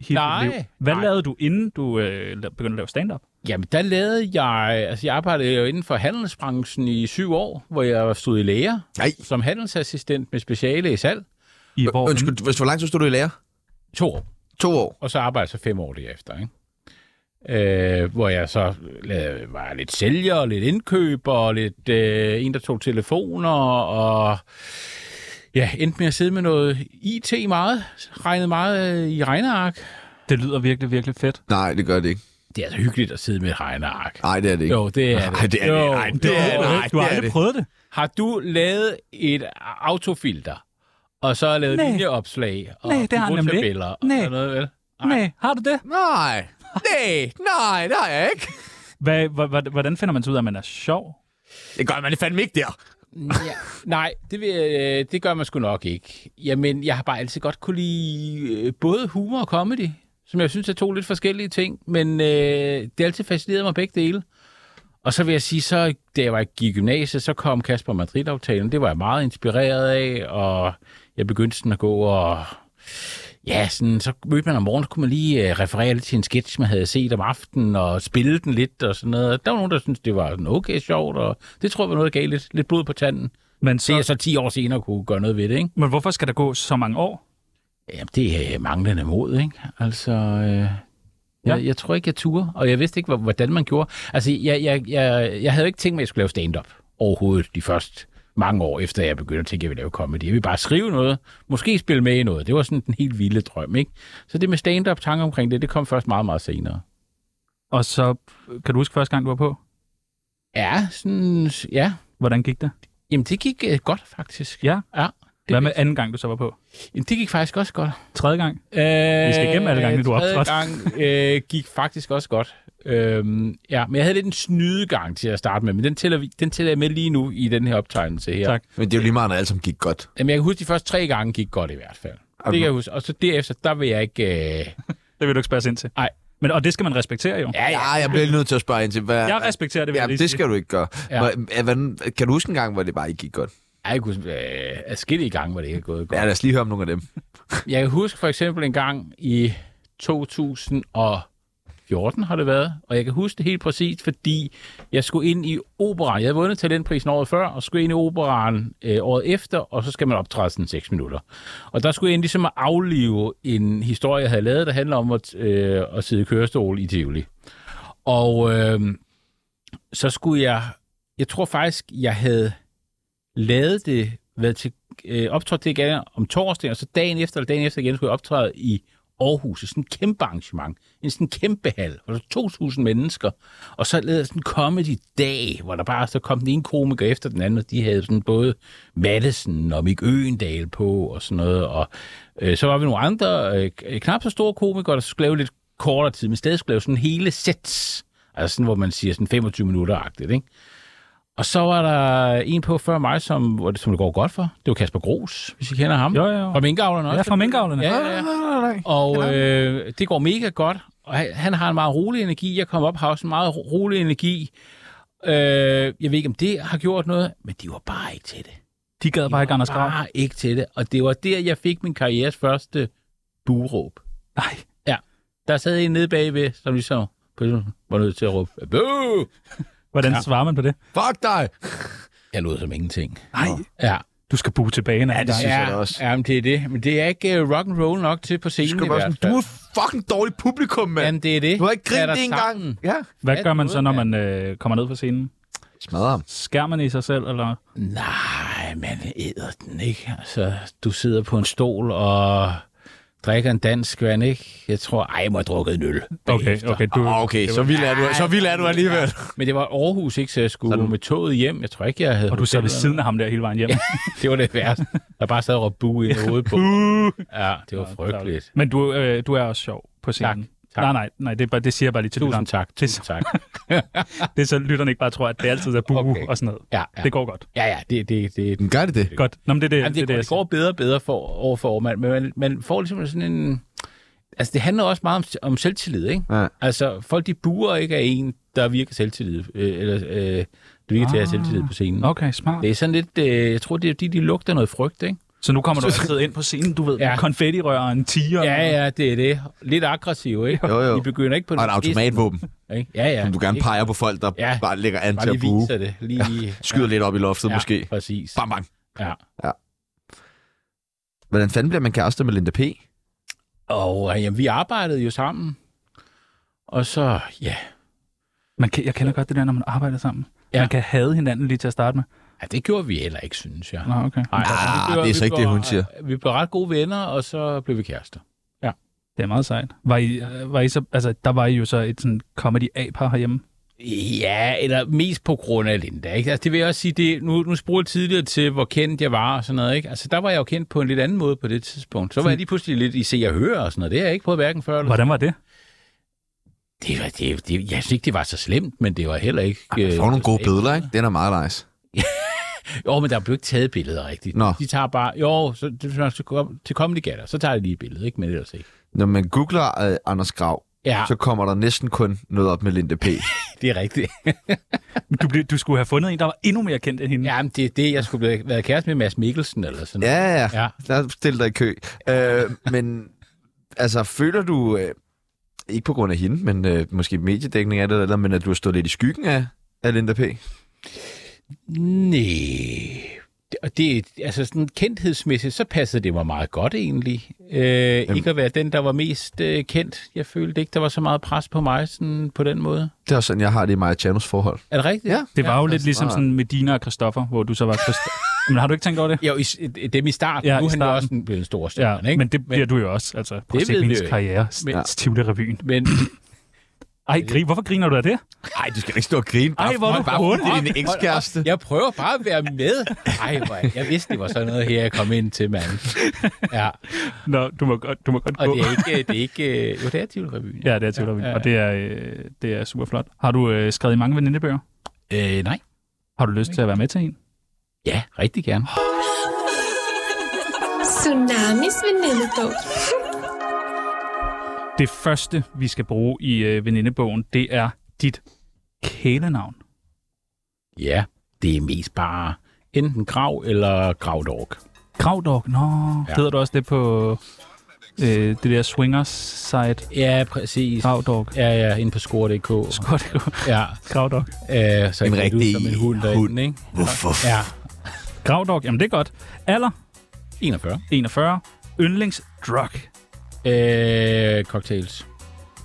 Speaker 4: hele dit
Speaker 2: Nej.
Speaker 4: liv. Hvad
Speaker 2: Nej.
Speaker 4: lavede du, inden du øh, la- begyndte at lave stand-up?
Speaker 2: Jamen, der lavede jeg... Altså, jeg arbejdede jo inden for handelsbranchen i syv år, hvor jeg stod i læger
Speaker 1: Nej.
Speaker 2: som handelsassistent med speciale i salg.
Speaker 4: I hvor
Speaker 1: Øh, Undskyld, hvis, hvor lang tid stod du i lære?
Speaker 2: To år.
Speaker 1: To år.
Speaker 2: Og så arbejdede jeg så fem år derefter, ikke? Øh, hvor jeg så lavede, var lidt sælger, lidt indkøber, og lidt øh, en, der tog telefoner, og ja, endte med at sidde med noget IT meget, regnede meget øh, i regneark.
Speaker 4: Det lyder virkelig, virkelig fedt.
Speaker 1: Nej, det gør det ikke.
Speaker 2: Det er altså hyggeligt at sidde med et regneark.
Speaker 1: Nej, det er det ikke.
Speaker 2: Jo, det er
Speaker 1: (laughs)
Speaker 2: det.
Speaker 1: Nej, det er det.
Speaker 2: Jo,
Speaker 1: Nej, det er
Speaker 2: jo.
Speaker 1: det. Nej,
Speaker 4: du
Speaker 1: det er
Speaker 4: har aldrig
Speaker 1: det.
Speaker 4: prøvet det.
Speaker 2: Har du lavet et autofilter, og så lavet
Speaker 4: Nej.
Speaker 2: linjeopslag og
Speaker 4: Nej, det har jeg nemlig ikke.
Speaker 2: tabeller og
Speaker 4: Nej.
Speaker 2: sådan noget, vel?
Speaker 4: Nej, har du det?
Speaker 1: Nej, nej, nej, det har jeg ikke.
Speaker 4: Hvad, hva- hva- hvordan finder man så ud af, at man er sjov?
Speaker 1: Det gør man det fandme ikke der.
Speaker 2: Ja, nej, det, vil, øh, det gør man sgu nok ikke. Jamen, jeg har bare altid godt kunne lide øh, både humor og comedy, som jeg synes er to lidt forskellige ting, men øh, det har altid fascineret mig begge dele. Og så vil jeg sige, så da jeg var i gymnasiet, så kom Kasper Madrid-aftalen. Det var jeg meget inspireret af, og jeg begyndte sådan at gå og... Ja, sådan, så mødte man om morgenen, så kunne man lige øh, referere lidt til en sketch, man havde set om aftenen, og spille den lidt og sådan noget. Der var nogen, der syntes, det var sådan okay sjovt, og det tror jeg var noget, der gav lidt, lidt blod på tanden.
Speaker 4: Men,
Speaker 2: Så jeg
Speaker 4: så,
Speaker 2: så 10 år senere kunne gøre noget ved det, ikke?
Speaker 4: men hvorfor skal der gå så mange år?
Speaker 2: Jamen, det er øh, manglende mod, ikke? Altså, øh, jeg, jeg tror ikke, jeg turde, og jeg vidste ikke, hvor- hvordan man gjorde. Altså, jeg, jeg, jeg, jeg havde jo ikke tænkt mig, at jeg skulle lave stand-up overhovedet de første mange år efter, jeg begyndte at tænke, at jeg ville lave comedy. Jeg ville bare skrive noget, måske spille med i noget. Det var sådan den helt vilde drøm, ikke? Så det med stand-up, tanker omkring det, det kom først meget, meget senere.
Speaker 4: Og så, kan du huske første gang, du var på?
Speaker 2: Ja, sådan, ja.
Speaker 4: Hvordan gik det?
Speaker 2: Jamen, det gik øh, godt, faktisk.
Speaker 4: Ja.
Speaker 2: Ja. Det,
Speaker 4: Hvad med anden gang, du så var på?
Speaker 2: Jamen, det gik faktisk også godt.
Speaker 4: Tredje gang?
Speaker 2: Øh,
Speaker 4: Vi skal igennem alle gangene, du har optrådt.
Speaker 2: gang øh, gik faktisk også godt. Øhm, ja, men jeg havde lidt en snydegang til at starte med, men den tæller, vi- den tæller jeg med lige nu i den her optegnelse her.
Speaker 4: Tak.
Speaker 1: Men det er jo lige meget, når alt som gik godt.
Speaker 2: Jamen, jeg kan huske, de første tre gange gik godt i hvert fald. Det kan jeg huske. Og så derefter, der vil jeg ikke... Øh...
Speaker 4: Det vil du ikke spørge os ind til.
Speaker 2: Nej.
Speaker 4: Men, og det skal man respektere jo.
Speaker 1: Ja, ja, jeg bliver nødt til at spørge ind til, hvad...
Speaker 4: Jeg respekterer det, vil
Speaker 1: Ja,
Speaker 4: jeg lige
Speaker 1: det
Speaker 4: sige.
Speaker 1: skal du ikke gøre.
Speaker 2: Ja.
Speaker 1: Ja. Hvordan, kan du huske en gang, hvor det bare ikke gik godt?
Speaker 2: Ej, jeg kunne øh, adskillige gange, hvor det ikke er gået godt.
Speaker 1: Ja, lad os lige høre om nogle af dem.
Speaker 2: Jeg kan huske for eksempel en gang i 2014 har det været, og jeg kan huske det helt præcist, fordi jeg skulle ind i operan. Jeg havde vundet talentprisen året før, og skulle ind i operan øh, året efter, og så skal man optræde sådan 6 minutter. Og der skulle jeg ind ligesom at aflive en historie, jeg havde lavet, der handler om at, øh, at sidde i kørestol i Tivoli. Og øh, så skulle jeg, jeg tror faktisk, jeg havde lavet det, været til øh, optrådte det igen om torsdagen, og så dagen efter, eller dagen efter igen, skulle jeg optræde i Aarhus, i sådan et kæmpe arrangement, en sådan kæmpe hal, hvor der er 2.000 mennesker, og så lavede jeg sådan en comedy-dag, hvor der bare så kom den ene komiker efter den anden, og de havde sådan både Madison og Mik Øendal på og sådan noget, og øh, så var vi nogle andre øh, knap så store komikere, der skulle lave lidt kortere tid, men stadig skulle lave sådan hele sets, altså sådan, hvor man siger sådan 25 minutter-agtigt, ikke? Og så var der en på før mig, som, hvor det- som det går godt for. Det var Kasper Gros, hvis I kender ham.
Speaker 4: Jo, jo, jo.
Speaker 2: Fra minkavlerne også.
Speaker 4: Ja, fra minkavlerne. Ah,
Speaker 2: Ja, ja, ja. Og øh, det går mega godt. Og han, han har en meget rolig energi. Jeg kom op og har også en meget ro- rolig energi. Øh, jeg ved ikke, om det har gjort noget, men de var bare ikke til det.
Speaker 4: De gad bare ikke Anders Grav.
Speaker 2: Bare ikke til det. Og det var der, jeg fik min karrieres første buråb.
Speaker 4: Nej.
Speaker 2: Ja. Der sad en nede bagved, som ligesom var nødt til at råbe, Bøh!
Speaker 4: Hvordan
Speaker 2: Ja.
Speaker 4: svarer man på det?
Speaker 1: Fuck dig!
Speaker 2: Jeg lød som ingenting.
Speaker 4: Nej.
Speaker 2: Ja.
Speaker 4: Du skal buge tilbage en
Speaker 1: det
Speaker 4: anden gang.
Speaker 1: synes
Speaker 2: ja,
Speaker 1: jeg da også.
Speaker 2: Ja, men det er det. Men det er ikke uh, rock and roll nok til på
Speaker 1: Du
Speaker 2: scenen
Speaker 1: skal
Speaker 2: i
Speaker 1: bare
Speaker 2: hvert
Speaker 1: sådan,
Speaker 2: fald.
Speaker 1: du er fucking dårlig publikum, mand.
Speaker 2: Jamen, det er det.
Speaker 1: Du har ikke
Speaker 2: Er
Speaker 1: grint
Speaker 2: der
Speaker 1: det engang.
Speaker 2: sammen?
Speaker 1: Ja.
Speaker 4: Hvad
Speaker 2: Ja,
Speaker 4: gør
Speaker 2: det
Speaker 4: man
Speaker 2: ved
Speaker 4: så, når
Speaker 2: jeg.
Speaker 4: man øh, kommer ned fra scenen?
Speaker 1: Smadrer ham.
Speaker 4: Skærer man i sig selv, eller?
Speaker 2: Nej, man æder den, ikke? Altså, du sidder på en stol og drikker en dansk vand, ikke? Jeg tror, ej, jeg må have drukket en øl.
Speaker 4: Okay,
Speaker 2: bagefter.
Speaker 4: okay. Du,
Speaker 1: Ah, okay, så vild er du, så vild er du alligevel.
Speaker 2: Men det var Aarhus, ikke? Så jeg skulle med toget hjem. Jeg tror ikke, jeg havde...
Speaker 4: og du sad ved
Speaker 2: hotel-
Speaker 4: siden af ham der hele vejen hjem.
Speaker 2: (laughs) Det var det værste. Der bare sad og råbte bu i hovedet på. Ja, det var frygteligt.
Speaker 4: Men du, øh, du er også sjov på scenen.
Speaker 2: tak.
Speaker 4: Nej, nej, nej, det, er bare, det siger jeg bare lige til lytteren.
Speaker 2: Tusind tak. Tusind tak.
Speaker 4: Det er så lytterne ikke bare tror, at det altid er buge
Speaker 2: Okay.
Speaker 4: og sådan noget.
Speaker 2: Ja, ja.
Speaker 4: Det går godt.
Speaker 2: Ja, ja, det, det, det,
Speaker 1: Men gør det det?
Speaker 4: Godt. Nå, men det er det,
Speaker 2: Jamen, det,
Speaker 4: det,
Speaker 2: det,
Speaker 4: er
Speaker 2: går,
Speaker 4: det,
Speaker 2: det går bedre og bedre for, år for år, man, men man, man får ligesom sådan en... Altså, det handler også meget om, om selvtillid, ikke?
Speaker 1: Ja.
Speaker 2: Altså, folk de buer ikke af en, der virker selvtillid, øh, eller øh, du virker ah. til at have selvtillid på scenen. Okay.
Speaker 4: Okay, smart.
Speaker 2: Det er sådan lidt, øh, jeg tror, det er fordi, de lugter noget frygt, ikke?
Speaker 4: Så nu
Speaker 2: (laughs)
Speaker 4: kommer du altid ind på scenen, du ved,
Speaker 2: Ja.
Speaker 4: ja. konfettirør og en tiger.
Speaker 2: Ja, ja, det er det. Lidt aggressiv, ikke?
Speaker 1: Jo, jo.
Speaker 2: De begynder ikke på
Speaker 1: Og
Speaker 2: den
Speaker 1: et
Speaker 2: bedste,
Speaker 1: automatvåben,
Speaker 2: Ikke? Ja, ja.
Speaker 1: som du gerne
Speaker 2: Ikke?
Speaker 1: peger på folk, der
Speaker 2: Ja.
Speaker 1: bare lægger an til
Speaker 2: Bare
Speaker 1: at
Speaker 2: lige
Speaker 1: buge.
Speaker 2: viser det.
Speaker 1: (laughs)
Speaker 2: Lige,
Speaker 1: Skyder lidt op i loftet
Speaker 2: ja,
Speaker 1: måske.
Speaker 2: præcis.
Speaker 1: Bang, bang.
Speaker 2: Ja.
Speaker 1: Hvordan fanden bliver man kærester med Linda P?
Speaker 2: Og øh, jamen, vi arbejdede jo sammen. Og så, ja,
Speaker 4: Man kan, jeg kender godt det der, når man arbejder sammen.
Speaker 2: Ja.
Speaker 4: Ja. Man kan hade hinanden lige til at starte med.
Speaker 2: ja det gjorde vi heller ikke, synes jeg.
Speaker 4: Nå, okay.
Speaker 2: Nej,
Speaker 1: Ah, det er så ikke det, hun siger.
Speaker 2: Vi blev ret gode venner, og så blev vi kærester.
Speaker 4: Det er meget sejt. Var I, var I så, altså, der var I jo så et sådan comedy-A-par herhjemme.
Speaker 2: Ja, eller mest på grund af Linda. Ikke? Altså, det vil jeg også sige, det, nu, nu spurgte jeg tidligere til, hvor kendt jeg var og sådan noget. Ikke? Altså, der var jeg jo kendt på en lidt anden måde på det tidspunkt. Så var jeg lige pludselig lidt i se og høre og sådan noget. Det har jeg ikke prøvet hverken før. Eller...
Speaker 4: Hvordan var det?
Speaker 2: Det var, det, det, jeg synes ikke, det var så slemt, men det var heller ikke... øh,
Speaker 1: Man får nogle gode billeder, ikke? Den øh, er meget nice.
Speaker 2: Jo, men der blev ikke taget billeder rigtigt.
Speaker 1: Nå.
Speaker 2: De tager bare... Jo, så, det, hvis man skal gå op til Comedy Gatter, så tager de lige et billede, ikke? Men ellers ikke.
Speaker 1: Når man googler øh, Anders Grav,
Speaker 2: Ja,
Speaker 1: så kommer der næsten kun noget op med Linde P. (laughs)
Speaker 2: det er rigtigt. (laughs)
Speaker 4: Du, blev, du skulle have fundet en, der var endnu mere kendt end hende.
Speaker 2: Jamen, det er det, jeg skulle have været kæreste med Mads Mikkelsen eller sådan noget.
Speaker 1: Ja, ja, ja.
Speaker 2: Ja.
Speaker 1: Der stiller dig i kø. Øh, men altså, føler du, øh, ikke på grund af hende, men øh, måske mediedækning af det, eller, men at du har stået lidt i skyggen af, af Linda P?
Speaker 2: Nej. Det- Og det, altså sådan kendthedsmæssigt, så passede det mig meget godt egentlig. Øh, ikke at være den, der var mest øh, kendt. Jeg følte ikke, der var så meget pres på mig sådan, på den måde.
Speaker 1: Det er også sådan, jeg har det i Maja Chanos forhold.
Speaker 2: Er det rigtigt?
Speaker 1: Ja.
Speaker 4: Det var jo lidt
Speaker 1: altså,
Speaker 4: ligesom
Speaker 1: nej.
Speaker 4: sådan Medina og Christoffer, hvor du så var...
Speaker 2: (laughs)
Speaker 4: Christ- Men har du ikke tænkt over det?
Speaker 2: Jo, i, s- i- dem i starten.
Speaker 4: Ja,
Speaker 2: Ja, nu
Speaker 4: i
Speaker 2: er han jo
Speaker 4: starten.
Speaker 2: også en- blevet en stor
Speaker 4: Ja,
Speaker 2: stjerne, ikke?
Speaker 4: men det bliver du jo også, altså på
Speaker 2: ved vi
Speaker 4: Signings
Speaker 2: jo.
Speaker 4: karriere,
Speaker 2: Men-
Speaker 4: Stivle-revyen. (laughs)
Speaker 2: men
Speaker 4: Ej, gri, hvorfor griner du af det?
Speaker 1: Nej, du skal da ikke stå og grine.
Speaker 4: Ej, hvor er du
Speaker 1: bare fordi
Speaker 4: hurtig.
Speaker 1: det er din ekskæreste.
Speaker 2: Jeg prøver bare at være med. Ej, hvor er- jeg vidste, det var sådan noget her, jeg kom ind til, mand. Ja,
Speaker 4: Nå, du må godt, du må godt
Speaker 2: og
Speaker 4: gå.
Speaker 2: det er ikke... Det er ikke øh, jo, det er Tivoli-revyen.
Speaker 4: (laughs) Ja, det er Tivle-revyen,
Speaker 2: Ja, ja,
Speaker 4: og det er, øh, det er super flot. Har du øh, skrevet i mange venindebøger?
Speaker 2: Øh, nej.
Speaker 4: Har du lyst til at være med til en?
Speaker 2: Ja, rigtig gerne.
Speaker 7: Tsunamis venindebog.
Speaker 4: Det første, vi skal bruge i øh, venindebogen, det er dit kælenavn.
Speaker 2: Ja, det er mest bare enten grav eller gravdork.
Speaker 4: Gravdog, nå, ja.
Speaker 2: Ja.
Speaker 4: hedder du også det på øh, det der swingers site?
Speaker 2: Ja, præcis.
Speaker 4: Gravdog. (laughs)
Speaker 2: Ja, ja, inde på score.dk. Ja,
Speaker 4: Gravdog.
Speaker 2: øh, så jeg
Speaker 1: En
Speaker 2: kan
Speaker 1: rigtig
Speaker 2: ud som en hund
Speaker 1: hund.
Speaker 2: derinde, ikke?
Speaker 1: Hvorfor?
Speaker 2: Ja,
Speaker 4: Gravdog, jamen det er godt. Alder,
Speaker 2: 41.
Speaker 4: 41. Yndlingsdrug.
Speaker 2: Øh, cocktails.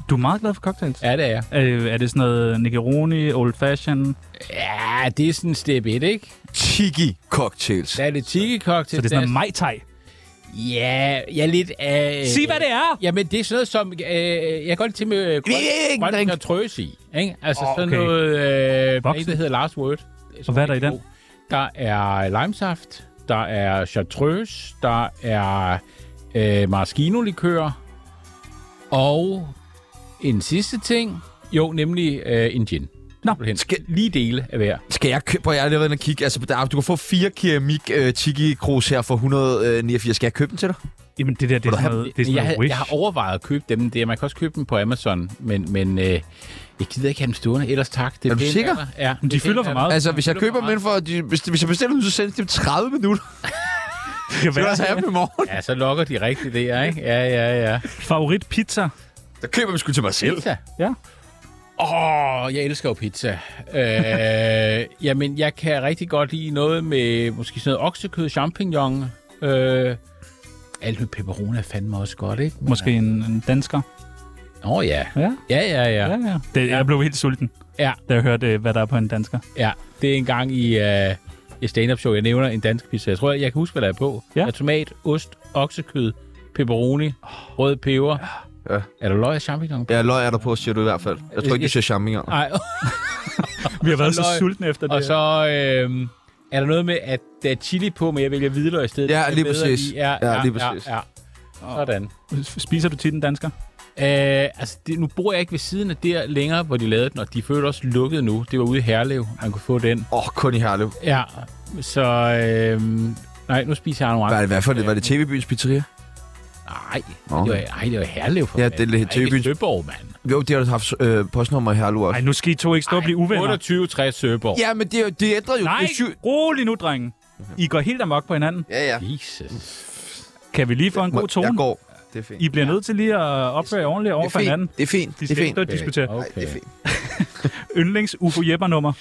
Speaker 4: Du er meget glad for cocktails.
Speaker 2: Ja, det er jeg.
Speaker 4: Øh, er det sådan noget Negroni, Old Fashion?
Speaker 2: Ja, det er sådan step 1, ikke?
Speaker 1: Tiki cocktails.
Speaker 2: Der er det tiki cocktail.
Speaker 4: Så det er sådan noget Mai Tai.
Speaker 2: Ja, jeg er lidt af... Øh,
Speaker 4: Sig, hvad det er!
Speaker 2: Jamen, det er sådan noget som... Øh, jeg kan godt lide til med øh,
Speaker 1: ikke
Speaker 2: grøn, grøn
Speaker 1: drink.
Speaker 2: og trøse i. Ikke? Altså
Speaker 4: Åh,
Speaker 2: oh, sådan
Speaker 4: okay.
Speaker 2: noget... Øh,
Speaker 4: Voksen.
Speaker 2: en, der hedder Last Word.
Speaker 4: Og hvad er der i den?
Speaker 2: Der er limesaft, der er chartreuse, der er øh, maraschino-likør, og en sidste ting, jo, nemlig øh, en gin.
Speaker 4: Nå,
Speaker 2: Simpelthen.
Speaker 1: skal-
Speaker 2: lige dele af hver.
Speaker 1: Skal jeg købe? Prøv, jeg har lige været inde og kigge. Altså, der, er- du kan få fire keramik øh, tiki krus her for 189. Skal jeg købe den til dig?
Speaker 4: Jamen det der, det er sådan
Speaker 1: have-
Speaker 4: noget, det er sådan
Speaker 2: jeg,
Speaker 4: noget
Speaker 2: havde-
Speaker 4: wish.
Speaker 2: jeg
Speaker 4: (laughs)
Speaker 2: har overvejet at købe dem der. Man kan også købe dem på Amazon, men, men øh, jeg gider ikke have dem stående. Ellers tak. Det
Speaker 1: Er du
Speaker 2: pænt
Speaker 1: sikker?
Speaker 2: af dig. Ja,
Speaker 4: Men de
Speaker 2: det er
Speaker 4: fylder
Speaker 2: pænt
Speaker 4: for
Speaker 2: af
Speaker 4: meget.
Speaker 1: Altså, hvis jeg køber dem inden for... de- Hvis, hvis jeg bestiller dem, så sendes de om 30 minutter.
Speaker 4: Det kan
Speaker 1: Det vil jeg
Speaker 4: være.
Speaker 1: altså have dem i morgen.
Speaker 2: dig. Ja, så lokker de rigtigt der, ikke? Ja, ja, ja.
Speaker 4: Favorit pizza.
Speaker 1: Der køber jeg dem sgu til mig selv.
Speaker 2: Pizza?
Speaker 4: Ja.
Speaker 2: Åh, oh, jeg elsker jo pizza. øh, jamen, jeg kan rigtig godt lide noget med måske sådan noget oksekød, champignon. Øh, alt med pepperoni er fandme også godt, ikke? Men,
Speaker 4: Måske en, en dansker.
Speaker 2: øh, Åh, oh, ja.
Speaker 4: Ja.
Speaker 2: Ja, ja, ja.
Speaker 4: ja. Det, jeg blev helt sulten,
Speaker 2: Ja,
Speaker 4: da jeg hørte, øh, hvad der er på en dansker.
Speaker 2: ja. Det er en gang i øh, et stand-up show, jeg nævner en dansk pizza. Jeg tror, jeg, jeg kan huske, hvad der er på.
Speaker 4: Ja.
Speaker 2: Der er tomat, ost, oksekød, pepperoni, rød peber.
Speaker 1: Ja.
Speaker 2: Er der løg og champignon?
Speaker 1: Ja, løg er der på, siger du i hvert fald. Jeg tror ikke, du siger champignon.
Speaker 2: Nej,
Speaker 4: Vi har været så
Speaker 2: løg.
Speaker 4: sultne efter det.
Speaker 2: Og så øh, er der noget med, at der er chili på, men jeg vælger hvidløg i stedet.
Speaker 1: Ja,
Speaker 2: Det er
Speaker 1: lige
Speaker 2: bedre
Speaker 1: præcis.
Speaker 2: i. Ja, ja, ja, lige præcis. Ja, ja. Sådan.
Speaker 4: Spiser du tit en dansker?
Speaker 2: Øh, altså, det, nu bor jeg ikke ved siden af der længere, hvor de lavede den, og de følte også lukket nu. Det var ude i Herlev, man kunne få den.
Speaker 1: Åh, oh, kun i Herlev.
Speaker 2: Ja, så... Øh, nej, nu spiser jeg nogle
Speaker 1: Hvad er
Speaker 2: andre.
Speaker 1: det, hvad for det? Var det TV-byens pizzeria?
Speaker 2: Nej, det
Speaker 1: Nå.
Speaker 2: var, ej, det var Herlev for
Speaker 1: Ja,
Speaker 2: fanden.
Speaker 1: det er lidt
Speaker 2: Ej, ikke
Speaker 1: typisk.
Speaker 2: Søborg, mand.
Speaker 1: Jo, de har haft øh, postnummer i Herlev
Speaker 4: Nej,
Speaker 1: også.
Speaker 4: nu skal I to ikke stå og blive uvenner.
Speaker 2: 28, 60 Søborg.
Speaker 1: Ja, men det, det ændrer jo.
Speaker 4: Nej,
Speaker 1: Det er syv...
Speaker 4: rolig nu, drengen. I går helt amok på hinanden.
Speaker 1: Ja, ja.
Speaker 2: Jesus.
Speaker 4: Kan vi lige få en god tone?
Speaker 1: Jeg går. Det er fint.
Speaker 4: I bliver nødt til lige at opføre jer ordentligt over
Speaker 1: det
Speaker 4: for
Speaker 1: er fint.
Speaker 4: hinanden.
Speaker 1: Det er fint.
Speaker 4: De
Speaker 1: Det er
Speaker 4: skal
Speaker 1: fint.
Speaker 4: ikke stå og diskutere.
Speaker 1: Nej, det er
Speaker 2: Okay.
Speaker 1: fint.
Speaker 4: Yndlings Ufo Jepper nummer.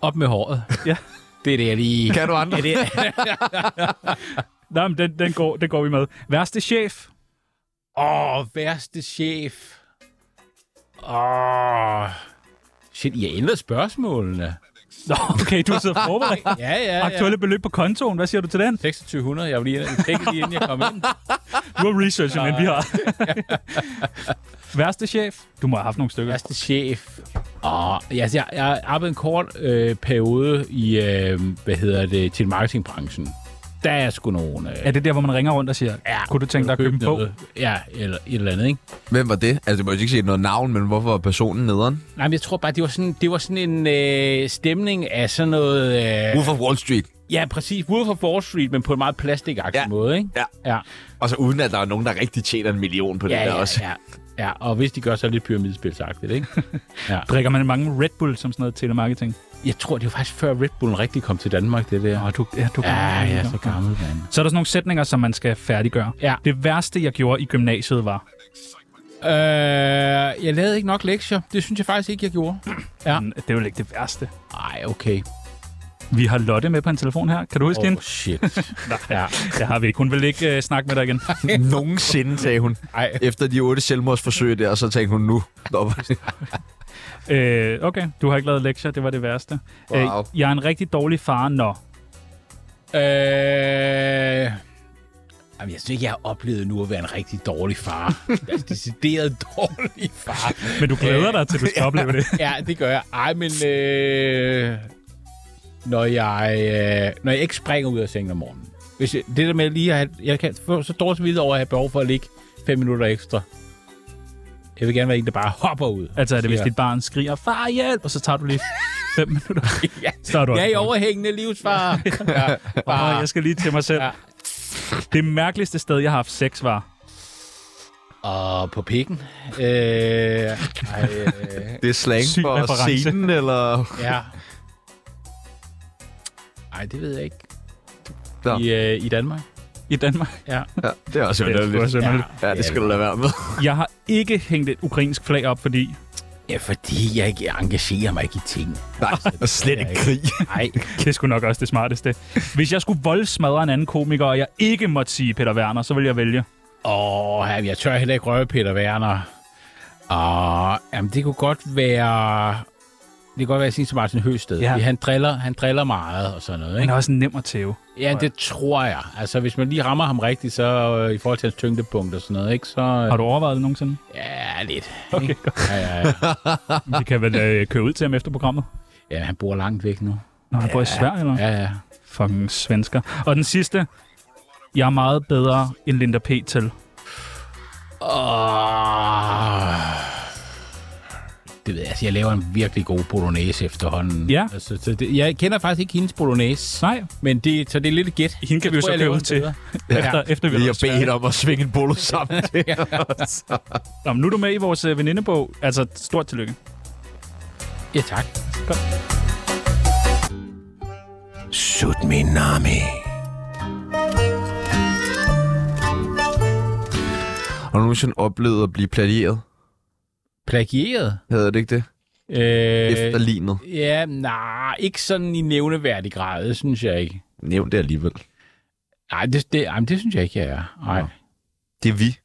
Speaker 2: Op med håret.
Speaker 4: Ja.
Speaker 2: Det er det, jeg lige...
Speaker 1: Kan du andre?
Speaker 2: Det er,
Speaker 4: Nej, men den, den, går, den går vi med. Værste chef.
Speaker 2: Åh, værste chef. Åh. Shit, I har ændret spørgsmålene.
Speaker 4: Nå, okay, du
Speaker 1: (laughs)
Speaker 4: sidder forberedt.
Speaker 2: Ja, ja, ja.
Speaker 4: Aktuelle beløb på kontoen, hvad siger du til den?
Speaker 2: 2600, jeg var lige inde, tjekke lige inden jeg kom
Speaker 4: (laughs)
Speaker 2: ind.
Speaker 4: Du har researchet, men vi
Speaker 1: (laughs)
Speaker 4: har. Værste chef? Du må have haft nogle stykker.
Speaker 2: Første chef. Og, altså, jeg, jeg arbejdede en kort øh, periode i, øh, hvad hedder det, til marketingbranchen. Der er sgu nogle... Øh,
Speaker 4: Er det der, hvor man ringer rundt og siger,
Speaker 2: ja,
Speaker 4: kunne du tænke dig at
Speaker 2: kan
Speaker 4: købe en bog?
Speaker 2: noget? Ja, eller et eller andet, ikke?
Speaker 1: Hvem var det? Altså, det må jo ikke sige noget navn, men hvorfor var personen nederen?
Speaker 2: Nej, men jeg tror bare, det var sådan, det var sådan en øh, stemning af sådan noget... Øh,
Speaker 1: Wolf of Wall Street.
Speaker 2: ja, præcis. Wolf of Wall Street, men på en meget plastikagtig
Speaker 1: Ja.
Speaker 2: måde, ikke?
Speaker 1: Ja.
Speaker 2: Ja,
Speaker 1: Og så uden, at der er nogen, der rigtig tjener en million på det
Speaker 2: ja,
Speaker 1: der
Speaker 2: ja,
Speaker 1: også.
Speaker 2: ja, ja. Og hvis de gør, så er det lidt pyramidespilsagtigt, ikke?
Speaker 4: Drikker man mange Red Bull som sådan noget telemarketing?
Speaker 2: Jeg tror, det var faktisk før Red Bullen rigtig kom til Danmark, det der.
Speaker 4: Nå, du, ja, du kan-
Speaker 2: Ja, ja, så gammel, mand.
Speaker 4: Så er der sådan nogle sætninger, som man skal færdiggøre.
Speaker 2: Ja.
Speaker 4: Det værste, jeg gjorde i gymnasiet, var...
Speaker 2: Øh, jeg lavede ikke nok lektier. Det synes jeg faktisk ikke, jeg gjorde. Ja.
Speaker 4: Mm, Det er jo ikke det værste.
Speaker 2: Ej, okay.
Speaker 4: Vi har Lotte med på en telefon her. Kan du huske oh.
Speaker 2: Oh,
Speaker 4: hende?
Speaker 2: shit.
Speaker 4: Ja, (laughs) det har vi ikke. Hun vil ikke øh, snakke
Speaker 2: (laughs)
Speaker 4: med dig igen.
Speaker 1: (laughs) Nogensinde, sagde hun.
Speaker 2: Ej.
Speaker 1: Efter de otte selvmordsforsøg der, så tænkte hun nu. (laughs) Nå,
Speaker 4: øh, okay, du har ikke lavet lektier. Det var det værste. Øh,
Speaker 1: Wow.
Speaker 4: jeg er en rigtig dårlig far, når...
Speaker 2: Øh... Jamen, jeg synes ikke, jeg har oplevet nu at være en rigtig dårlig far. Altså, decideret dårlig far.
Speaker 4: Men du glæder dig til, du skal opleve det.
Speaker 2: Øh. (laughs) Ja, det gør jeg. Ej, men... Øh... Når jeg, øh... når jeg ikke springer ud af sengen om morgenen. Hvis jeg, det der med lige at have, Jeg kan få så dårligt videre over, at jeg har behov for at ligge fem minutter ekstra. Jeg vil gerne være en, der bare hopper ud.
Speaker 4: Altså, er det, hvis
Speaker 2: Siger-
Speaker 4: dit barn skriger, far hjælp, og så tager du lige fem minutter.
Speaker 2: Ja.
Speaker 4: Så er du
Speaker 2: Jeg er i
Speaker 4: også-
Speaker 2: overhængende livsfare.
Speaker 4: (laughs)
Speaker 2: ja,
Speaker 4: Åh,
Speaker 2: bare.
Speaker 4: jeg skal lige til mig selv.
Speaker 2: Ja.
Speaker 4: Det mærkeligste sted, jeg har haft sex, var...
Speaker 2: Og på pikken. Øh, ej, øh,
Speaker 1: det er slang
Speaker 4: Syg
Speaker 1: for
Speaker 4: reference.
Speaker 1: scenen, eller...
Speaker 2: ja. Ej, det ved jeg ikke.
Speaker 1: Nå.
Speaker 2: I, øh, I Danmark?
Speaker 4: I Danmark.
Speaker 2: Ja.
Speaker 1: Ja, det er også
Speaker 4: Det er sgu også
Speaker 1: underligt.
Speaker 4: underligt.
Speaker 1: Ja, det skal du lade være med.
Speaker 4: Jeg har ikke hængt et ukrainsk flag op, fordi...
Speaker 2: Ja, fordi jeg ikke engagerer mig ikke i ting.
Speaker 1: Nej, og slet ikke krig.
Speaker 2: Nej.
Speaker 4: Det er sgu nok også det smarteste. Hvis jeg skulle voldsmadre en anden komiker, og jeg ikke måtte sige Peter Werner, så ville jeg vælge.
Speaker 2: Åh, jamen, jeg tør heller ikke røre Peter Werner. Og, jamen, det kunne godt være... Det kan godt være, at jeg siger til Martin Høsted.
Speaker 4: Ja.
Speaker 2: Ja. Han, driller, han driller meget og sådan noget. Ikke?
Speaker 4: Han er også nem at tæve.
Speaker 2: Ja, det tror jeg. Altså, hvis man lige rammer ham rigtigt, så øh, i forhold til hans tyngdepunkt og sådan noget, ikke? Så,
Speaker 4: Har
Speaker 2: øh,
Speaker 4: du overvejet det nogensinde?
Speaker 2: ja, lidt. Okay, ja, ja, ja.
Speaker 4: Vi kan vel øh, køre ud til ham efter programmet.
Speaker 2: ja, han bor langt væk nu.
Speaker 4: Nå, han bor i Sverige, eller?
Speaker 2: Ja, ja.
Speaker 4: Fucking svensker. Og den sidste. Jeg er meget bedre end Linda P. til.
Speaker 2: Åh. Det ved jeg, altså, jeg laver en virkelig god bolognese efterhånden.
Speaker 4: Ja.
Speaker 2: Altså, så det, jeg kender faktisk ikke hendes bolognese,
Speaker 4: Nej,
Speaker 2: men det, så det er lidt et gæt.
Speaker 4: hende kan vi jo
Speaker 2: Jeg tror,
Speaker 4: så
Speaker 2: jeg
Speaker 4: køre
Speaker 2: laver
Speaker 4: ud
Speaker 2: en
Speaker 4: til.
Speaker 2: bedre.
Speaker 4: Efter, efter vi har
Speaker 1: Lige at
Speaker 4: været i
Speaker 1: bede
Speaker 4: Sverige.
Speaker 1: hende om at svinge en bolo sammen.
Speaker 4: Nå, men nu er du med i vores øh, venindebog. Altså, stort tillykke.
Speaker 2: Ja, tak.
Speaker 5: Sut min nami.
Speaker 1: (laughs) Har du nogensinde oplevet at blive plagieret?
Speaker 2: Plagieret?
Speaker 1: Havde det ikke det?
Speaker 2: Øh,
Speaker 1: Efterlignet.
Speaker 2: Ja, nej, ikke sådan i nævneværdig grad, det synes jeg ikke.
Speaker 1: Nævn det alligevel.
Speaker 2: Nej, det, det, jamen, det synes jeg ikke, jeg er. Nej.
Speaker 1: Det er vi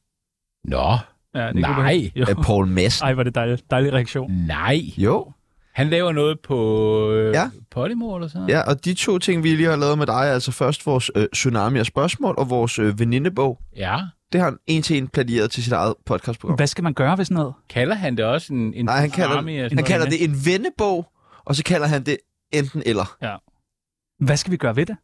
Speaker 2: Nå,
Speaker 4: Ja,
Speaker 2: Nej.
Speaker 4: kunne du- Jo.
Speaker 1: af Paul Madsen.
Speaker 4: Ej, var det dejlig, dejlig reaktion.
Speaker 2: nej.
Speaker 1: Jo,
Speaker 2: Han laver noget på øh,
Speaker 1: Ja.
Speaker 2: ja. Podimo eller sådan noget.
Speaker 1: ja, og de to ting, vi lige har lavet med dig, er altså først vores øh, Tsunami af spørgsmål og vores øh, venindebog.
Speaker 2: ja.
Speaker 1: Det har han en til en plagieret til sit eget podcastprogram.
Speaker 4: Hvad skal man gøre ved sådan noget?
Speaker 2: Kalder han det også en, en
Speaker 1: Nej, han kalder-
Speaker 2: tsunami af
Speaker 1: Han
Speaker 2: sådan noget?
Speaker 1: kalder det en vennebog, og så kalder han det enten eller.
Speaker 4: Hvad skal vi gøre ved det?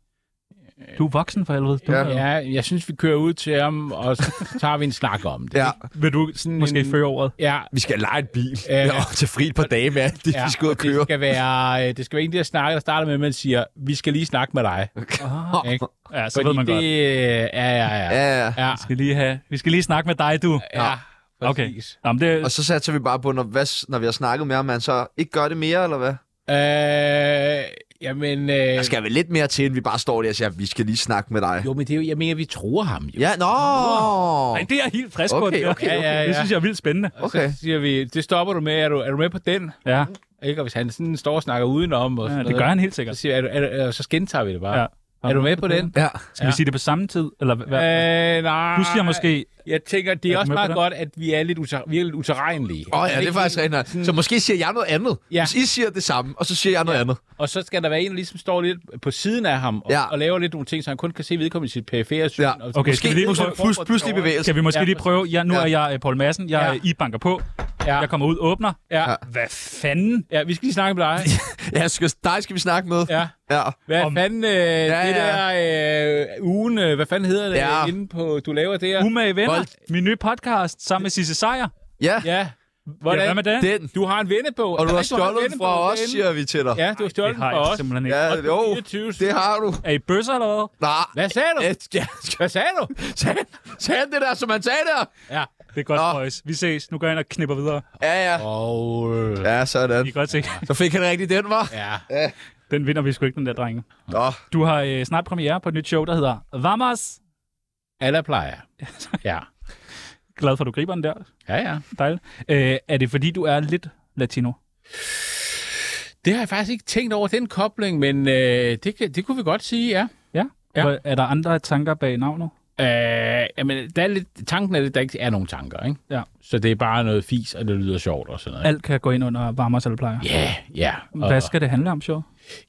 Speaker 4: Du er voksen for helvede. Du,
Speaker 1: Ja.
Speaker 2: Øh, Ja, jeg synes, vi kører ud til ham, og så tager vi en snak om det.
Speaker 1: Ja,
Speaker 4: Vil du
Speaker 2: Sådan
Speaker 4: måske
Speaker 2: en-
Speaker 4: føre ordet?
Speaker 2: Ja,
Speaker 1: vi skal lege en bil
Speaker 2: Ja.
Speaker 1: ja. og tage fri et par dage med alt det,
Speaker 2: ja,
Speaker 1: (laughs) vi skal ud
Speaker 2: og
Speaker 1: og køre.
Speaker 2: Det skal være, øh, det skal være en af de der snakke, der starter med, at man siger, vi skal lige snakke med dig.
Speaker 4: Ah,
Speaker 1: (laughs)
Speaker 2: Ikke?
Speaker 4: ja, så ved man
Speaker 2: det,
Speaker 4: godt.
Speaker 2: øh, Ja, ja, ja.
Speaker 1: Ja, ja.
Speaker 2: ja,
Speaker 4: Vi skal lige, have, vi skal lige snakke med dig, du.
Speaker 2: ja
Speaker 4: Okay.
Speaker 2: præcis.
Speaker 4: Nå, men det,
Speaker 1: Og så satser vi bare på, når, hvad, når vi har snakket med ham, man så ikke gør det mere, eller hvad?
Speaker 2: Øh, jamen,
Speaker 1: Der
Speaker 2: øh,
Speaker 1: skal vel lidt mere til, end vi bare står der og siger, vi skal lige snakke med dig.
Speaker 2: jo, men det er jo, jeg mener, vi tror ham jo.
Speaker 1: Ja, nå!
Speaker 4: Ej, det er jeg helt frisk på.
Speaker 1: Okay,
Speaker 4: det der.
Speaker 1: okay,
Speaker 2: okay. Ja, ja,
Speaker 4: Det
Speaker 2: ja.
Speaker 4: synes jeg er vildt spændende.
Speaker 2: Og
Speaker 1: okay.
Speaker 2: Så siger vi, det stopper du med, er du, er du med på den?
Speaker 4: Ja,
Speaker 2: Ikke? Og hvis han sådan står og snakker udenom, og sådan
Speaker 4: ja det
Speaker 2: noget,
Speaker 4: gør han helt
Speaker 2: Så,
Speaker 4: sikkert.
Speaker 2: siger, vi, er du, er du, er du, så gentager vi det bare.
Speaker 4: Ja.
Speaker 2: Ja. Er du med på den?
Speaker 1: Ja.
Speaker 4: Skal vi sige det på samme tid? Eller hvad?
Speaker 2: Øh, nej.
Speaker 4: du siger måske...
Speaker 2: Jeg tænker, det er,
Speaker 4: Er du
Speaker 2: også
Speaker 4: med på
Speaker 2: meget
Speaker 4: det?
Speaker 2: godt, at vi er lidt, uter- vi er lidt uterrenlige.
Speaker 1: Åh oh, ja, det er faktisk rent nok. Så måske siger jeg noget andet.
Speaker 2: Ja.
Speaker 1: Hvis I siger det samme, og så siger jeg noget andet.
Speaker 2: Og så skal der være en, der ligesom står lidt på siden af ham og,
Speaker 1: Ja.
Speaker 2: ja. og laver lidt nogle ting, så han kun kan se vedkommende i sit perifære syn.
Speaker 1: Ja.
Speaker 2: Og
Speaker 4: Okay,
Speaker 1: Måske
Speaker 4: skal vi lige
Speaker 1: plus,
Speaker 4: prøve-
Speaker 1: plus, pludselig bevægelse.
Speaker 4: Skal vi måske
Speaker 2: Ja,
Speaker 4: lige prøve? Ja, nu
Speaker 1: Ja.
Speaker 4: er jeg øh, Poul Madsen. Jeg,
Speaker 2: Ja.
Speaker 4: ja. I banker på.
Speaker 2: Ja.
Speaker 4: Jeg kommer ud, åbner.
Speaker 2: Ja.
Speaker 4: Hvad fanden?
Speaker 2: ja, vi skal lige snakke med
Speaker 4: (laughs)
Speaker 2: dig.
Speaker 1: Ja, skal, dig skal vi snakke med.
Speaker 2: Ja.
Speaker 1: ja.
Speaker 2: Hvad Om...
Speaker 4: Om-
Speaker 2: fanden, øh,
Speaker 1: ja.
Speaker 2: ja, det der øh, ugen, øh, hvad fanden hedder det,
Speaker 1: Ja.
Speaker 2: ja. inde på, du laver det her?
Speaker 4: Umage venner.
Speaker 1: Hold-
Speaker 4: Min nye podcast sammen med Sisse Sejer.
Speaker 1: ja.
Speaker 2: Ja. Hvordan?
Speaker 4: Ja, hvad med det?
Speaker 1: Den.
Speaker 2: Du har en vennebog.
Speaker 1: Og du
Speaker 2: Nej,
Speaker 1: har
Speaker 2: en
Speaker 1: stjålet den
Speaker 2: vennebog
Speaker 1: fra os,
Speaker 2: derinde.
Speaker 1: siger vi til dig.
Speaker 2: Ja, du har
Speaker 4: Det
Speaker 2: stjålet den
Speaker 4: har
Speaker 2: fra
Speaker 4: jeg
Speaker 2: os.
Speaker 4: simpelthen ikke.
Speaker 1: ja
Speaker 2: Og den
Speaker 1: jo,
Speaker 2: 24.
Speaker 1: det har du.
Speaker 4: Er I bøsser eller hvad?
Speaker 1: Nej.
Speaker 2: Hvad sagde du?
Speaker 1: Et, ja,
Speaker 2: Hvad sagde du?
Speaker 1: sagde, sagde han det der, som han sagde der?
Speaker 2: Ja.
Speaker 4: Det er godt,
Speaker 1: Nå.
Speaker 4: boys. Vi ses. Nu går jeg ind og knipper videre.
Speaker 1: Ja, ja.
Speaker 2: Og... øh,
Speaker 1: Ja, sådan.
Speaker 4: I kan godt se. (laughs)
Speaker 1: Så fik han rigtig den, var.
Speaker 2: Ja.
Speaker 4: Den vinder vi sgu ikke, den der drenge.
Speaker 1: Nå,
Speaker 4: Du har øh, snart premiere på et nyt show, der hedder Vamos.
Speaker 2: Alle plejer. Ja.
Speaker 4: Glad for, at du griber den der.
Speaker 2: Ja, ja.
Speaker 4: Dejligt. Øh, er det, fordi du er lidt latino?
Speaker 2: Det har jeg faktisk ikke tænkt over, den kobling, men øh, det, kan- det kunne vi godt sige, ja.
Speaker 4: Ja.
Speaker 2: Ja.
Speaker 4: ja. Er der andre tanker bag navnet?
Speaker 2: Øh, jamen, der er lidt, tanken er lidt, der ikke er nogen tanker, ikke?
Speaker 4: Ja.
Speaker 2: Så det er bare noget fis, og det lyder sjovt og sådan noget.
Speaker 4: Alt kan gå ind under Vamos eller plejer.
Speaker 2: Ja, ja. Og-
Speaker 4: Hvad skal det handle om, show?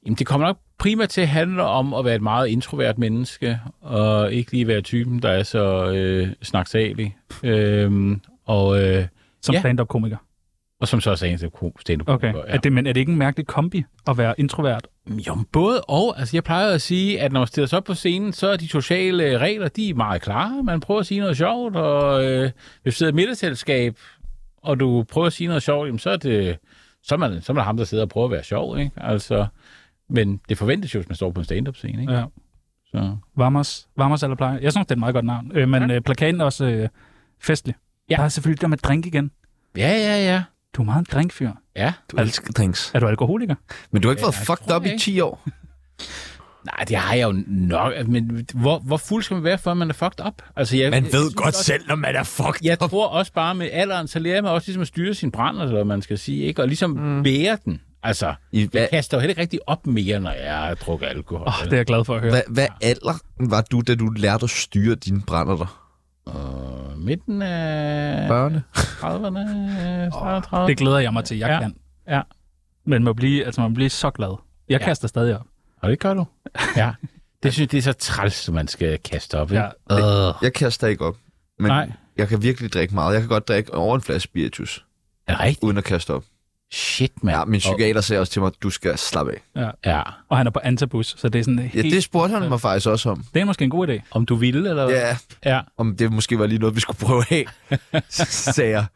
Speaker 2: Jamen, det kommer nok primært til at handle om at være et meget introvert menneske, og ikke lige være typen, der er så øh, snaksalig. Øhm, og, øh,
Speaker 4: Som
Speaker 2: Ja.
Speaker 4: stand-up-komiker.
Speaker 2: og som så også er en stand up
Speaker 4: Okay. Ja. Er det, men er det ikke en mærkelig kombi at være introvert?
Speaker 2: Jo, men både og. Altså, jeg plejer at sige, at når man stiller sig op på scenen, så er de sociale regler, de er meget klare. Man prøver at sige noget sjovt, og øh, hvis du sidder i et middagsselskab, og du prøver at sige noget sjovt, jamen, så er det, så er man, så er man ham, der sidder og prøver at være sjov, ikke? Altså, men det forventes jo, hvis man står på en stand-up-scene, ikke?
Speaker 4: Ja.
Speaker 2: Så.
Speaker 4: Vamos, Vamos eller plejer. Jeg synes, det er et meget godt navn. Øh, men øh, plakaten er også øh, festlig.
Speaker 2: Ja.
Speaker 4: Der er selvfølgelig der med drink igen.
Speaker 2: Ja, ja, ja.
Speaker 4: Du er meget en drinkfyr.
Speaker 2: Ja.
Speaker 1: du elsker drinks.
Speaker 4: Er du alkoholiker?
Speaker 1: Men du har ikke været
Speaker 2: jeg
Speaker 1: fucked
Speaker 2: tror
Speaker 1: up i
Speaker 2: ikke.
Speaker 1: 10 år.
Speaker 2: Nej, det har jeg jo nok. Men hvor, hvor fuld skal man være, før man er fucked up? Altså, jeg, jeg synes også-
Speaker 1: selv, når man er fucked
Speaker 2: Jeg tror også bare med alderen, så lærer man også ligesom at styre sin brand, eller hvad man skal sige, ikke? Og ligesom mm. bære den. Altså,
Speaker 1: I, hvad,
Speaker 2: jeg kaster jo heller ikke rigtig op mere, når jeg drukker alkohol.
Speaker 4: Åh, oh, det er jeg glad for at høre.
Speaker 1: hvad, hvad alder var du, da du lærte at styre dine brænder der?
Speaker 2: Og midten af
Speaker 1: Børne?
Speaker 2: 30'erne, øh, starten af 30'erne.
Speaker 4: Det glæder jeg mig til, jeg
Speaker 2: Ja.
Speaker 4: ja. kan.
Speaker 2: Ja.
Speaker 4: Men man bliver, altså, man bliver så glad. Jeg
Speaker 2: Ja.
Speaker 4: ja. kaster stadig op.
Speaker 2: Og det gør du. Ja. Det synes jeg, det er så træls, at man skal kaste op.
Speaker 4: Ja.
Speaker 2: Ja. Øh.
Speaker 1: Jeg kaster ikke op. Men
Speaker 2: Nej.
Speaker 1: jeg kan virkelig drikke meget. Jeg kan godt drikke over en flaske spiritus,
Speaker 2: Er det rigtigt?
Speaker 1: uden at kaste op.
Speaker 2: Shit, mand.
Speaker 1: Ja, min psykiater sagde også til mig, at du skal slappe af.
Speaker 2: Ja.
Speaker 4: Og han er på antabus, så det er sådan
Speaker 1: Ja,
Speaker 4: helt...
Speaker 1: det spurgte han mig faktisk også om.
Speaker 4: det er måske en god idé.
Speaker 2: Om du ville, eller hvad?
Speaker 1: Ja,
Speaker 2: Ja.
Speaker 1: om det måske var lige noget, vi skulle prøve af, sagde jeg.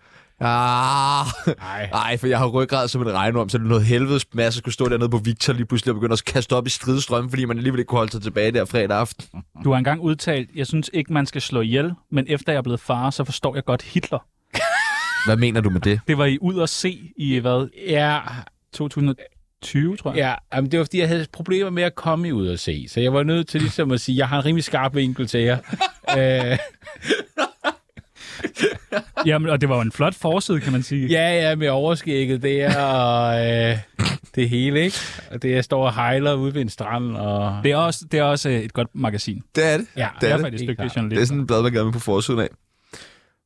Speaker 1: Ah,
Speaker 2: Nej.
Speaker 1: nej, for jeg har ryggrad som en regnorm, så det er noget helvedes masse at skulle stå dernede på Victor lige pludselig og begynde at kaste op i stridestrøm, fordi man alligevel ikke kunne holde sig tilbage der fredag aften.
Speaker 4: Du har engang udtalt, jeg synes ikke, man skal slå ihjel, men efter jeg er blevet far, så forstår jeg godt Hitler.
Speaker 1: Hvad mener du med det?
Speaker 4: Det var I ud at se i, hvad,
Speaker 2: Ja,
Speaker 4: 2020, tror jeg?
Speaker 2: Ja, jamen, det var fordi, jeg havde problemer med at komme ud og se. Så jeg var nødt til ligesom at sige, at jeg har en rimelig skarp vinkel til jer. øh,
Speaker 4: Jamen, og det var jo en flot forside, kan man sige.
Speaker 2: ja, ja, med overskægget der og øh, det hele, ikke? Og det, jeg står og hejler ude ved en strand. Og...
Speaker 4: Det er, også, det er også øh, et godt magasin.
Speaker 1: Det er det.
Speaker 2: ja,
Speaker 1: det
Speaker 4: jeg
Speaker 1: er
Speaker 4: er faktisk
Speaker 2: Helt
Speaker 4: dygtig
Speaker 2: klart.
Speaker 4: journalist.
Speaker 1: Det er sådan en blad, man gør med på forsiden af.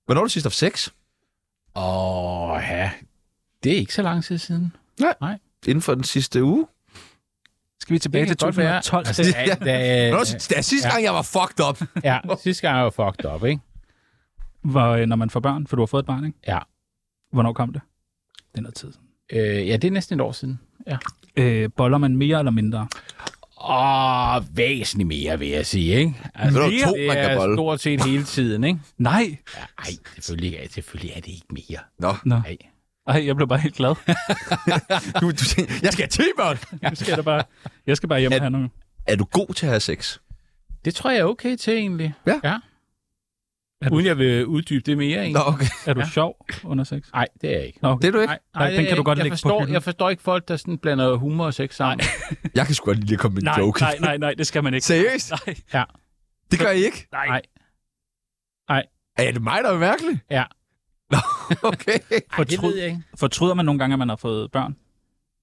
Speaker 1: Hvornår har du sidst haft sex?
Speaker 2: Åh, ja. Det er ikke så lang tid siden.
Speaker 1: Inden for den sidste uge?
Speaker 4: Skal vi tilbage til
Speaker 2: kan godt være.
Speaker 4: 2012?
Speaker 2: Altså, da,
Speaker 1: (laughs)
Speaker 2: da,
Speaker 1: Hvornår,
Speaker 4: Øh,
Speaker 1: det er sidste
Speaker 2: ja.
Speaker 1: gang, jeg var fucked up. (laughs)
Speaker 2: ja, sidste gang jeg var fucked up, ikke?
Speaker 4: (laughs) Hvor, øh, når man får børn, for du har fået et barn, ikke?
Speaker 2: Ja.
Speaker 4: Hvornår kom det? Det er noget tid. siden.
Speaker 2: Øh, ja, det er næsten et år siden. Ja.
Speaker 4: Øh, boller man mere eller mindre?
Speaker 2: Og væsentligt mere, vil jeg sige, ikke? Altså,
Speaker 1: Men der er jo
Speaker 2: mere,
Speaker 1: to, man
Speaker 2: det
Speaker 1: kan
Speaker 2: er
Speaker 1: bolle.
Speaker 2: stort set hele tiden, ikke?
Speaker 4: Nej!
Speaker 2: Nej, selvfølgelig, er- selvfølgelig er det ikke mere.
Speaker 1: Nå.
Speaker 4: Nå.
Speaker 2: Nej.
Speaker 4: Ej, jeg blev bare helt glad.
Speaker 1: Du, du, tænker, jeg skal have børn
Speaker 4: Nu skal jeg, da bare, jeg skal bare hjem og have nogle.
Speaker 1: Er du god til at have sex?
Speaker 2: Det tror jeg er okay til, egentlig.
Speaker 1: Ja.
Speaker 2: ja.
Speaker 4: Er du-
Speaker 2: Uden jeg vil uddybe det mere, egentlig.
Speaker 1: okay.
Speaker 4: Er du ja. sjov under sex?
Speaker 2: Nej, det er jeg ikke.
Speaker 4: Nå, okay.
Speaker 1: Det er du ikke.
Speaker 2: Nej,
Speaker 4: Nej, den
Speaker 2: det er
Speaker 4: kan du
Speaker 2: ikke.
Speaker 4: godt
Speaker 2: jeg
Speaker 4: lægge på
Speaker 2: forstår,
Speaker 4: hylden.
Speaker 2: Jeg forstår ikke folk, der sådan blander humor og sex sammen.
Speaker 1: Jeg kan sgu godt lige komme med en
Speaker 4: nej,
Speaker 1: joke.
Speaker 4: nej, nej, nej, det skal man ikke.
Speaker 1: Seriøst?
Speaker 4: Nej,
Speaker 1: Det gør I ikke?
Speaker 4: nej.
Speaker 2: Nej.
Speaker 1: Er det mig, der er mærkelig?
Speaker 2: Ja.
Speaker 1: Nå, okay.
Speaker 2: Ej, det ved jeg ikke.
Speaker 4: Fortryder man nogle gange, at man har fået børn?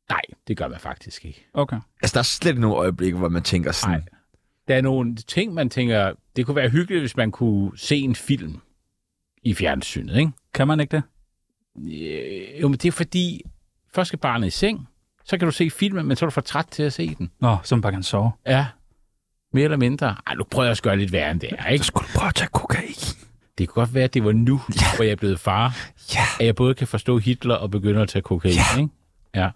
Speaker 2: Nej, det gør man faktisk ikke.
Speaker 4: Okay.
Speaker 1: Altså, der er slet ikke nogen øjeblikke, hvor man tænker sådan...
Speaker 2: Nej.
Speaker 1: Nej.
Speaker 2: der er nogle ting, man tænker, det kunne være hyggeligt, hvis man kunne se en film i fjernsynet, ikke?
Speaker 4: Kan man ikke det?
Speaker 2: Øh, Jo, men det er fordi, først skal barnet i seng, så kan du se filmen, men så er du for træt til at se den.
Speaker 4: Nå, så man bare kan sove.
Speaker 2: Ja. Mere eller mindre. Ej, nu prøver jeg også at gøre lidt værre end det er, ikke?
Speaker 1: Så skulle du prøve at tage kokain.
Speaker 2: Det kunne godt være, at det var nu, ja. hvor jeg er blevet far,
Speaker 1: Ja.
Speaker 2: at jeg både kan forstå Hitler og begynde at tage kokain, ja. ikke? Ja.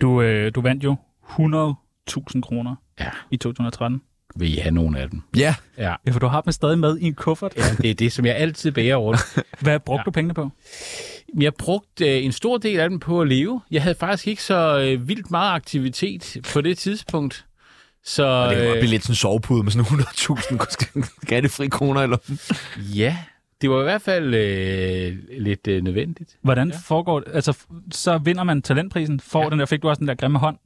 Speaker 4: Du, øh, du vandt jo 100.000 kroner
Speaker 2: Ja.
Speaker 4: i 2013.
Speaker 2: Vil I have nogen af dem?
Speaker 1: Ja.
Speaker 2: Ja.
Speaker 4: Ja, for du har dem stadig med i en kuffert.
Speaker 2: ja det er det, som jeg altid bærer rundt.
Speaker 4: Hvad brugte ja. du pengene på?
Speaker 2: Men Jeg brugte øh, en stor del af dem på at leve. Jeg havde faktisk ikke så øh, vildt meget aktivitet på det tidspunkt. Så
Speaker 1: Det kan godt
Speaker 2: øh,
Speaker 1: blive lidt sådan en sovepude med sådan (laughs) 100.000 skattefri kroner eller
Speaker 2: ja, det var i hvert fald øh, lidt øh, nødvendigt.
Speaker 4: Hvordan ja. foregår det? Altså, f- så vinder man talentprisen, får ja. den der, fik du også den der grimme hånd?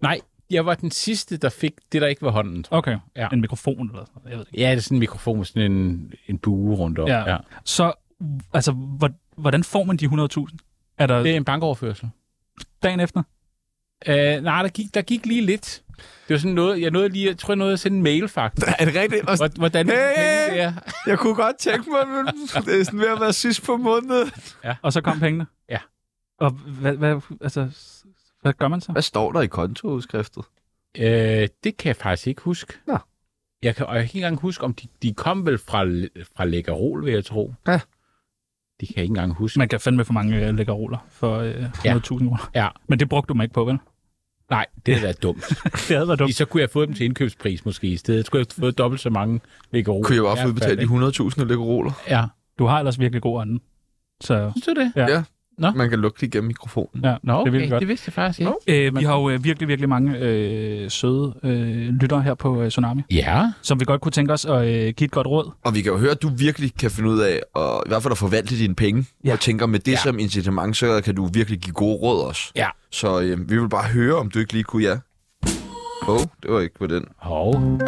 Speaker 2: Nej, jeg var den sidste, der fik det, der ikke var hånden.
Speaker 4: Okay,
Speaker 2: Ja.
Speaker 4: ja. en mikrofon eller sådan noget, jeg ved ikke.
Speaker 2: Ja, det er sådan en mikrofon med sådan en, en bue rundt om.
Speaker 4: Ja. Så, altså, hvor- hvordan får man de 100.000? Er der
Speaker 2: Det er en bankoverførsel.
Speaker 4: dagen efter?
Speaker 2: Uh, nej, der gik, der gik lige lidt. Det var sådan noget, jeg nåede lige, jeg tror, jeg nåede at sende en mail, (laughs) faktisk.
Speaker 1: Er det rigtigt? Og
Speaker 2: Hvor- Hvordan
Speaker 1: Hey!
Speaker 2: penge det er.
Speaker 1: Jeg kunne godt tænke mig, men det er sådan ved at være sidst på måneden.
Speaker 4: Og så kom pengene?
Speaker 2: Ja.
Speaker 4: Og hvad, hvad, altså, s- hvad gør man så?
Speaker 1: Hvad står der i
Speaker 2: Oh,
Speaker 1: kontoudskriftet?
Speaker 2: Øh, det kan jeg faktisk ikke huske.
Speaker 1: Nå.
Speaker 2: Jeg kan, og jeg kan ikke engang huske, om de, de kom vel fra, fra Lækkerol, vil jeg tro.
Speaker 1: Ja.
Speaker 2: Det kan jeg ikke engang huske. Men,
Speaker 4: Man kan fandme for mange øh, lækre roller for øh, 100.000 kroner.
Speaker 2: ja,
Speaker 4: Men det brugte du mig ikke på, vel?
Speaker 2: nej, det er da dumt.
Speaker 4: Det havde været
Speaker 2: Fordi
Speaker 4: dumt.
Speaker 2: så kunne jeg få dem til indkøbspris måske i stedet. Så kunne jeg have fået dobbelt så mange Lækkerol.
Speaker 1: Kunne jeg bare få udbetalt de
Speaker 2: Ja.
Speaker 1: 100.000 lækkeroler?
Speaker 2: Ja.
Speaker 4: Du har ellers virkelig god ånden. Så
Speaker 2: Synes du det?
Speaker 4: Ja.
Speaker 1: Man kan lukke det igennem mikrofonen.
Speaker 4: ja,
Speaker 2: Nå, okay,
Speaker 4: det er virkelig
Speaker 2: det,
Speaker 4: godt.
Speaker 2: det vidste jeg faktisk ikke.
Speaker 4: Øh, vi har jo øh, virkelig, virkelig mange øh, søde øh, lyttere her på øh, Tsunami,
Speaker 2: Ja,
Speaker 4: som vi godt kunne tænke os at øh, give et godt råd.
Speaker 1: Og vi kan jo høre, at du virkelig kan finde ud af, og i hvert fald at forvalte dine penge. Ja.
Speaker 4: Ja.
Speaker 1: Og tænker, med det
Speaker 2: Ja.
Speaker 1: ja. som incitament, så kan du virkelig give gode råd også.
Speaker 2: Ja.
Speaker 1: Så øh, vi vil bare høre, om du ikke lige kunne, ja. Åh, oh, det var ikke på den.
Speaker 2: hov.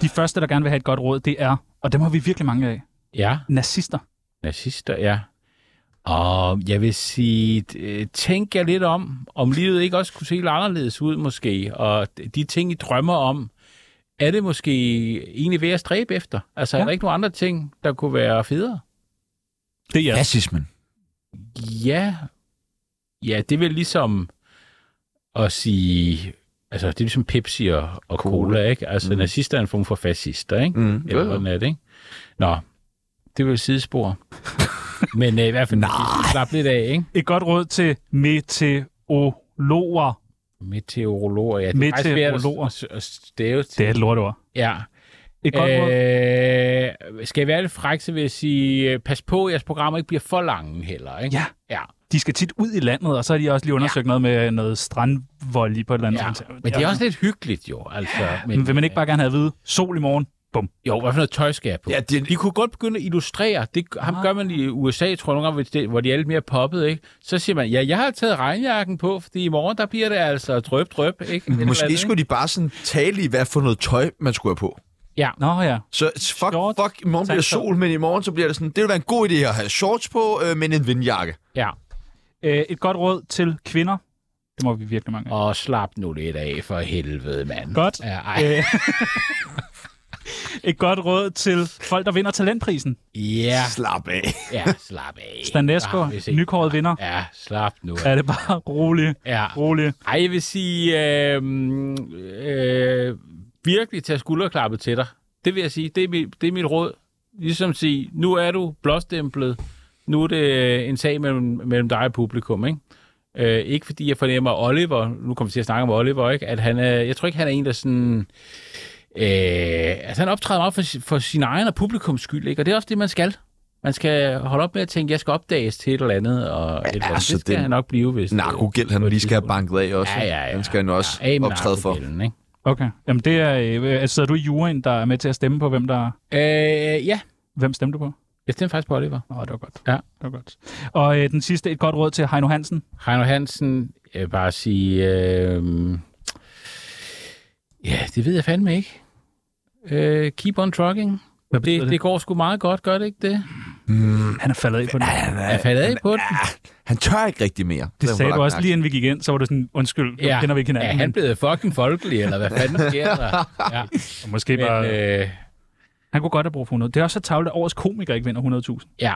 Speaker 4: De første, der gerne vil have et godt råd, det er, og dem har vi virkelig mange af,
Speaker 2: Ja.
Speaker 4: nazister.
Speaker 2: Nazister, ja. Og jeg vil sige, øh, tænk jer lidt om, om livet ikke også kunne se lidt anderledes ud måske, og de ting, I drømmer om, er det måske egentlig ved at stræbe efter? Altså, ja. er
Speaker 4: Ja.
Speaker 2: der ikke nogen andre ting, der kunne være federe?
Speaker 4: Det er jeres.
Speaker 1: Racismen.
Speaker 2: Ja, ja det er vel ligesom at sige, altså, det er ligesom Pepsi og, og cola, ikke? Altså, mm. nazister er en form for fascister, ikke?
Speaker 1: Mm.
Speaker 2: Eller
Speaker 1: Ja, ja.
Speaker 2: hvordan er det, ikke? Nå, det var et
Speaker 4: (laughs)
Speaker 2: sidespor. Men øh, i hvert fald, vi slap lidt af, ikke?
Speaker 4: Et godt råd til meteorologer.
Speaker 2: Meteorologer, ja. Det er faktisk svært at-
Speaker 4: Meteorologer.
Speaker 2: at- at stave til.
Speaker 4: Det er et lorteord.
Speaker 2: Ja.
Speaker 4: Et godt øh... råd.
Speaker 2: Øh, skal jeg være lidt fræk, så vil jeg sige, øh, pas på, at jeres programmer ikke bliver for lange heller, ikke?
Speaker 4: Ja.
Speaker 2: Ja,
Speaker 4: De skal tit ud i landet, og så har de også lige undersøgt ja. noget med øh, noget strandvold i på et eller andet.
Speaker 2: ja.
Speaker 4: sådan-
Speaker 2: Men det er også lidt hyggeligt, jo. Altså,
Speaker 4: Men vil man ikke bare gerne have at vide, sol i morgen? Bum.
Speaker 2: Jo, hvad for noget tøj skal jeg på?
Speaker 1: Ja, det-
Speaker 2: De kunne godt begynde at illustrere. Det ham
Speaker 4: Ah.
Speaker 2: gør man i USA, tror jeg, nogle gange, hvis det- hvor de er lidt mere poppet, ikke? Så siger man, ja, jeg har taget regnjakken på, fordi i morgen, der bliver det altså drøb, drøb, ikke? Et
Speaker 1: (laughs)
Speaker 2: eller andet,
Speaker 1: Måske
Speaker 2: ikke?
Speaker 1: skulle de bare sådan tale i, hvad for noget tøj, man skulle have på.
Speaker 4: Nå ja.
Speaker 1: Så fuck,
Speaker 4: Short.
Speaker 1: fuck, i morgen bliver
Speaker 4: Tak, så.
Speaker 1: sol, men i morgen så bliver det sådan, det vil være en god idé at have shorts på, øh, men en vindjakke.
Speaker 2: Ja,
Speaker 4: Øh, et godt råd til kvinder. Det må vi virkelig mange af.
Speaker 2: og slap nu lidt af for helvede, mand.
Speaker 4: Godt.
Speaker 2: Ja, ej.
Speaker 4: Øh, (laughs) et godt råd til folk, der vinder talentprisen.
Speaker 2: Ja,
Speaker 1: Slap af.
Speaker 2: ja, slap af.
Speaker 4: Stan Nesgaard,
Speaker 2: Ah, hvis ikke-
Speaker 4: nykåret vinder.
Speaker 2: Ja, slap nu.
Speaker 4: Er det bare (laughs) rolig,
Speaker 2: Ja.
Speaker 4: rolig.
Speaker 2: Ej, jeg vil sige, øh, øh, virkelig tage skulderklappet til dig. Det vil jeg sige, det er mit, det er mit råd. Ligesom sige, nu er du blåstemplet, nu er det øh, en sag mellem, mellem dig og publikum, ikke? Øh, ikke fordi jeg fornemmer Oliver, nu kommer vi til at snakke om Oliver, ikke? At han er, jeg tror ikke, han er en, der sådan... Øh, altså han optræder meget for, si- for sin egen og publikums skyld, ikke? Og det er også det, man skal. Man skal holde op med at tænke, jeg skal opdages til et eller andet, og et eller andet.
Speaker 1: altså,
Speaker 2: det skal
Speaker 1: den
Speaker 2: han nok blive, hvis... øh,
Speaker 1: Narkogæld, han
Speaker 2: på et
Speaker 1: lige skal have
Speaker 2: tidspunkt.
Speaker 1: banket af også.
Speaker 2: Ja, ja, ja.
Speaker 1: Den skal han også
Speaker 2: af med
Speaker 1: optræde for.
Speaker 2: narkogælden, Ikke?
Speaker 4: Okay. Jamen det er, øh, altså, sidder du i juryen, der er med til at stemme på, hvem der
Speaker 2: Øh, ja,
Speaker 4: hvem stemte du på?
Speaker 2: jeg stemte faktisk på Oliver.
Speaker 4: Nå, det var godt.
Speaker 2: Ja.
Speaker 4: Det var godt. Og øh, den sidste, et godt råd til Heino Hansen.
Speaker 2: Heino Hansen, jeg vil bare sige... Øh, ja, det ved jeg fandme ikke. Øh, keep on trucking.
Speaker 4: Hvad betyder
Speaker 2: Det, det går sgu meget godt, gør det ikke det?
Speaker 4: Han er faldet af på den.
Speaker 2: Jeg faldt af på den.
Speaker 1: Han tør ikke rigtig mere.
Speaker 4: Det
Speaker 1: har
Speaker 4: sagde
Speaker 1: hun
Speaker 4: du
Speaker 1: lagt
Speaker 4: også
Speaker 1: mærke
Speaker 4: lige inden vi gik ind, så var du sådan, undskyld, ja. kender vi ikke
Speaker 2: Er
Speaker 4: hinanden.
Speaker 2: han
Speaker 4: Ja,
Speaker 2: blevet fucking folkelig, eller hvad fanden sker
Speaker 4: (laughs)
Speaker 2: der? Ja.
Speaker 4: han, måske men,
Speaker 2: Men,
Speaker 4: bare, øh...
Speaker 2: øh,
Speaker 4: han kunne godt have brug for 100. Det er også så tavlet, at årets komiker ikke vinder 100.000.
Speaker 2: ja.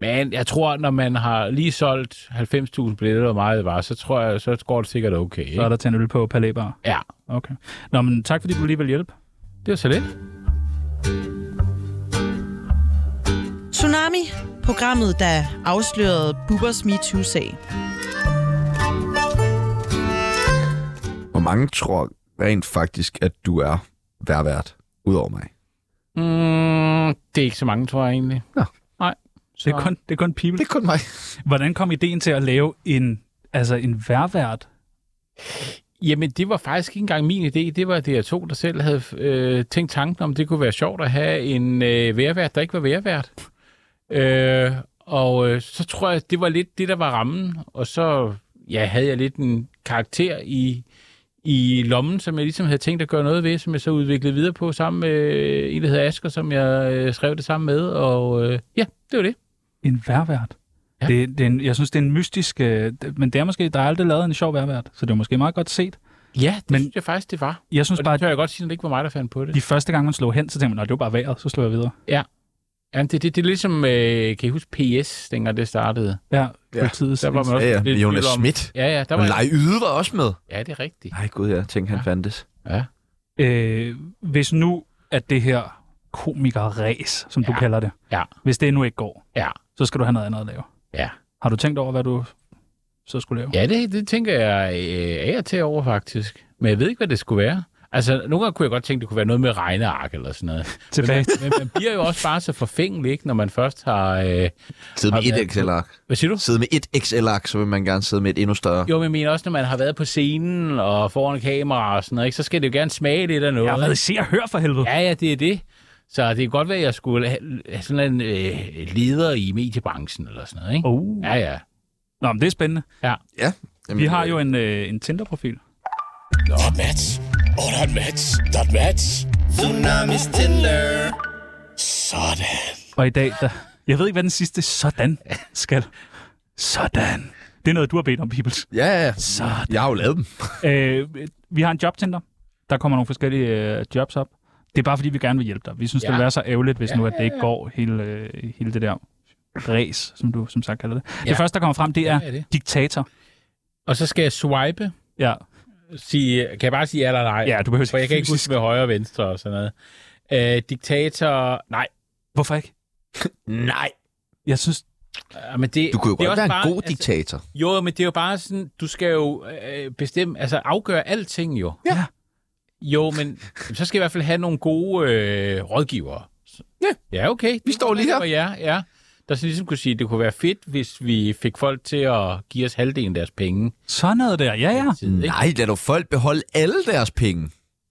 Speaker 2: Men jeg tror, når man har lige solgt 90.000 billetter, og meget det var, så tror jeg, så går det sikkert okay.
Speaker 4: Så er
Speaker 2: Ikke?
Speaker 4: der til en øl på Palæbar.
Speaker 2: Ja,
Speaker 4: Okay. Nå, men tak fordi du lige vil hjælpe.
Speaker 2: det var så lidt.
Speaker 6: Tsunami, programmet, der afslørede Bubbers MeToo-sag.
Speaker 1: Hvor mange tror rent faktisk, at du er værvært, udover mig?
Speaker 2: Mm, det er ikke så mange, tror jeg egentlig.
Speaker 1: Nå.
Speaker 2: Nej.
Speaker 4: Det er kun, det er kun people.
Speaker 1: er kun mig.
Speaker 4: Hvordan kom ideen til at lave en, altså en værvært?
Speaker 2: Jamen, det var faktisk ikke engang min idé. Det var DR2, der selv havde øh, tænkt tanken om, det kunne være sjovt at have en øh, værvært, der ikke var værvært. Øh, og øh, så tror jeg, det var lidt det, der var rammen. Og så ja, havde jeg lidt en karakter i, i lommen, som jeg ligesom havde tænkt at gøre noget ved, som jeg så udviklede videre på sammen med øh, en, der hedder Asger, som jeg øh, skrev det sammen med. Og øh, ja, det var det.
Speaker 4: En værvært?
Speaker 2: Ja.
Speaker 4: Ja. Det, det er en, jeg synes, det er en mystisk... Øh, det- men det er måske, der er aldrig lavet en sjov værvært, så det er måske meget godt set.
Speaker 2: Ja, det Men,
Speaker 4: Men-
Speaker 2: synes jeg faktisk, det var.
Speaker 4: Jeg synes
Speaker 2: Og
Speaker 4: bare,
Speaker 2: det tør jeg godt sige, at det ikke var mig, der fandt på det.
Speaker 4: de første gange, man slog hen, så tænkte man, "Nå, det var bare vejret, så slog jeg videre.
Speaker 2: Jamen, det, det, det er ligesom, øh, kan I huske PS, dengang det startede?
Speaker 4: Ja,
Speaker 1: Ja.
Speaker 4: politiet.
Speaker 2: Der var man også
Speaker 1: Ja, ja.
Speaker 2: lidt i
Speaker 1: Med Jonas
Speaker 2: tvivl om-
Speaker 1: Schmidt.
Speaker 2: Ja, ja, der
Speaker 1: Men
Speaker 2: var...
Speaker 1: Lej Yde var også med.
Speaker 2: Ja, det er rigtigt.
Speaker 1: Nej, gud, jeg tænkte, han ja. fandtes.
Speaker 4: Øh, hvis nu at det her komikerræs, som ja.
Speaker 2: Ja.
Speaker 4: du kalder det,
Speaker 2: Ja.
Speaker 4: hvis det nu ikke går,
Speaker 2: Ja.
Speaker 4: så skal du have noget andet at lave.
Speaker 2: Ja.
Speaker 4: Har du tænkt over, hvad du så skulle lave?
Speaker 2: Ja, det, det tænker jeg øh, af og til over, faktisk. Men jeg ved ikke, hvad det skulle være. Altså, nogle gange kunne jeg godt tænke, det kunne være noget med regneark eller sådan noget.
Speaker 4: Tilbage.
Speaker 2: Men man bliver jo også bare så forfængelig, ikke, når man først har... Øh...
Speaker 1: Sidde med
Speaker 2: Har
Speaker 1: et
Speaker 2: været-
Speaker 1: XL-ark.
Speaker 2: Hvad siger du?
Speaker 1: Sidde med et XL-ark, så vil man gerne sidde med et endnu større.
Speaker 2: Jo, men jeg mener også, når man har været på scenen og foran kamera og sådan noget, ikke, så skal det jo gerne smage lidt af noget.
Speaker 4: Jeg har været se og hør for helvede.
Speaker 2: Ja, ja, det er det. Så det kan godt være, at jeg skulle have have sådan en øh, leder i mediebranchen eller sådan noget, ikke?
Speaker 4: Oh.
Speaker 2: Ja, ja.
Speaker 4: Nå, men det er spændende.
Speaker 1: Jamen,
Speaker 4: Vi har jo en, øh, en Tinder-profil.
Speaker 8: Nå, Mats. Åh, der er en Mats. Der er en Mats. Tsunamis Tinder. Sådan.
Speaker 4: Og i dag, der... Jeg ved ikke, hvad den sidste sådan skal. Sådan. Det er noget, du har bedt om, Peoples.
Speaker 1: Ja, ja, ja.
Speaker 4: Så.
Speaker 1: Jeg har jo lavet dem.
Speaker 4: Øh, vi har en jobtinder. Der kommer nogle forskellige øh, jobs op. Det er bare, fordi vi gerne vil hjælpe dig. Vi synes, ja.
Speaker 2: Ja.
Speaker 4: det vil være så ærgerligt, hvis ja, nu at det ikke går hele, øh, hele det der ræs, som du som sagt kalder det. Ja.
Speaker 2: Ja.
Speaker 4: Det første, der kommer frem, det er
Speaker 2: Hvad er det?
Speaker 4: diktator.
Speaker 2: Og så skal jeg swipe.
Speaker 4: Ja,
Speaker 2: Sige, kan jeg bare sige ja eller nej?
Speaker 4: ja du behøver
Speaker 2: For jeg kan ikke huske med højre og venstre og sådan noget. Øh, diktator... Nej. (laughs)
Speaker 4: Hvorfor ikke?
Speaker 1: Nej.
Speaker 4: Jeg synes,
Speaker 2: Øh, Men det,
Speaker 1: Du kunne jo
Speaker 2: det er
Speaker 1: godt
Speaker 2: også
Speaker 1: være en
Speaker 2: bare, altså,
Speaker 1: god diktator.
Speaker 2: Jo, men det er jo bare sådan, du skal jo øh, bestemme, altså afgøre alting jo.
Speaker 4: Ja.
Speaker 2: Jo, men så skal jeg i hvert fald have nogle gode øh, rådgivere. Så- Ja. Ja, okay. Vi
Speaker 1: står lige her.
Speaker 2: Ja, ja. Der så ligesom kunne sige, at det kunne være fedt, hvis vi fik folk til at give os halvdelen af deres penge.
Speaker 4: sådan noget der. Ja, ja.
Speaker 2: Tid, ikke?
Speaker 1: Nej, lad du folk beholde alle deres penge.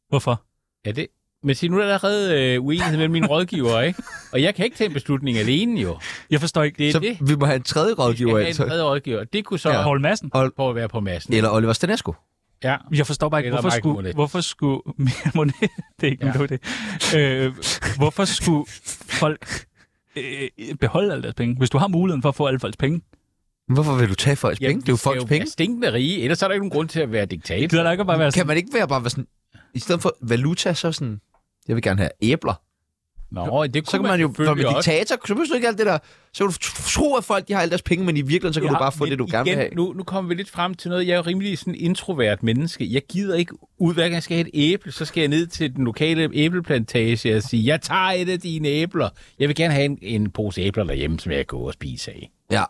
Speaker 4: Hvorfor?
Speaker 2: Ja, det... Men se, nu er der allerede øh, uenighed mellem mine rådgiver, ikke? Og jeg kan ikke tage en beslutning alene, jo.
Speaker 4: Jeg forstår ikke.
Speaker 2: Det er
Speaker 1: Så
Speaker 2: det.
Speaker 1: vi må have en tredje
Speaker 2: Jeg
Speaker 1: rådgiver
Speaker 2: kan have en
Speaker 1: altså.
Speaker 2: tredje rådgiver. Det kunne så
Speaker 4: Ja.
Speaker 2: ja.
Speaker 4: Poul Madsen.
Speaker 2: på at være på massen.
Speaker 1: Eller Oliver Stanesco.
Speaker 2: Ja.
Speaker 4: Jeg forstår bare ikke,
Speaker 2: Eller
Speaker 4: hvorfor
Speaker 2: Michael
Speaker 4: skulle,
Speaker 2: Monet.
Speaker 4: hvorfor skulle... (laughs) Michael Monet, det er ikke ja. en god idé. Øh, hvorfor skulle folk øh, beholde alle deres penge, hvis du har muligheden for at få alle folks penge?
Speaker 1: Hvorfor vil du tage folks penge? Det er jo
Speaker 2: skal
Speaker 1: folks
Speaker 2: jo
Speaker 1: penge.
Speaker 2: være stinkende rige, ellers er der ikke nogen grund til at være
Speaker 4: Det
Speaker 2: diktator.
Speaker 4: gider da ikke at bare være
Speaker 2: Altså-
Speaker 1: Kan
Speaker 4: sådan,
Speaker 1: man ikke være bare være sådan... I stedet for valuta, så sådan... Jeg vil gerne have æbler.
Speaker 2: Nå, det kunne
Speaker 1: Så kan man jo som en
Speaker 2: selvfølgelig også.
Speaker 1: diktator, så behøver du ikke alt det der. Så kan du tro, at folk de har alle deres penge, men i virkeligheden, så kan
Speaker 4: Ja,
Speaker 1: du bare få
Speaker 2: Men
Speaker 1: det, du gerne vil
Speaker 2: igen,
Speaker 1: have.
Speaker 2: Nu, nu kommer vi lidt frem til noget. Jeg er jo rimelig sådan introvert menneske. Jeg gider ikke ud, hver gang jeg skal have et æble, så skal jeg ned til den lokale æbleplantage og sige, jeg tager et af dine æbler. Jeg vil gerne have en, en pose æbler derhjemme, som jeg kan gå og spise af.
Speaker 1: Ja.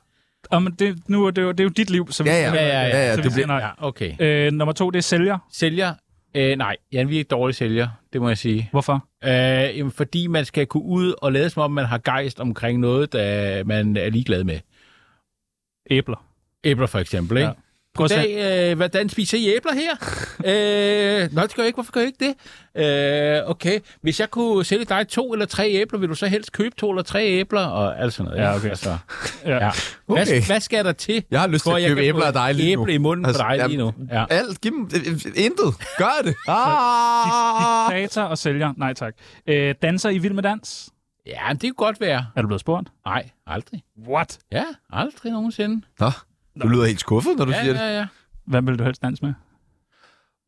Speaker 4: oh, men det, nu, er det, jo, det er jo dit liv, som...
Speaker 1: Ja, ja.
Speaker 4: som-
Speaker 2: Ja, ja, ja,
Speaker 1: ja,
Speaker 4: som-
Speaker 1: det bliver-
Speaker 4: nej.
Speaker 2: Ja, okay.
Speaker 4: Øh, nummer to, det er sælger.
Speaker 2: Sælger? Øh, nej, Jan, vi er ikke dårlige sælger, det må jeg sige.
Speaker 4: Hvorfor?
Speaker 2: Øh, jamen, fordi man skal kunne ud og lade som om, man har gejst omkring noget, der man er ligeglad med.
Speaker 4: Æbler.
Speaker 2: Æbler for eksempel, ikke?
Speaker 4: Ja.
Speaker 2: Ja.
Speaker 4: Prøv at se.
Speaker 2: Goddag, øh, hvordan spiser I æbler
Speaker 1: (laughs)
Speaker 2: her? øh, nå, det gør jeg ikke. Hvorfor gør jeg ikke det? Øh, okay, hvis jeg kunne sælge dig to eller tre æbler, vil du så helst købe to eller tre æbler? Og alt sådan noget.
Speaker 4: Ja,
Speaker 2: ikke?
Speaker 4: okay.
Speaker 2: Altså,
Speaker 4: Ja.
Speaker 2: ja. okay. Hvad,
Speaker 1: Okay.
Speaker 2: hvad skal der til,
Speaker 1: Jeg har lyst til
Speaker 2: for
Speaker 1: at
Speaker 2: jeg
Speaker 1: købe
Speaker 2: kan
Speaker 1: æbler
Speaker 2: få
Speaker 1: af dig
Speaker 2: et
Speaker 1: lige nu?
Speaker 2: æble i munden
Speaker 1: Altså,
Speaker 2: altså, på dig lige nu?
Speaker 1: jamen,
Speaker 2: Ja.
Speaker 1: Alt, giv dem øh, øh, intet. Gør det. Ah!
Speaker 4: Diktator og sælger. Nej, tak. Øh, danser i Vild med Dans.
Speaker 2: Ja, men det kan godt være.
Speaker 4: Er du blevet spurgt?
Speaker 2: Nej, aldrig.
Speaker 4: What?
Speaker 2: Ja, aldrig nogensinde.
Speaker 1: Nå, du lyder helt skuffet, når du
Speaker 2: Ja,
Speaker 1: siger det.
Speaker 2: ja, ja.
Speaker 4: Hvad vil du helst danse med?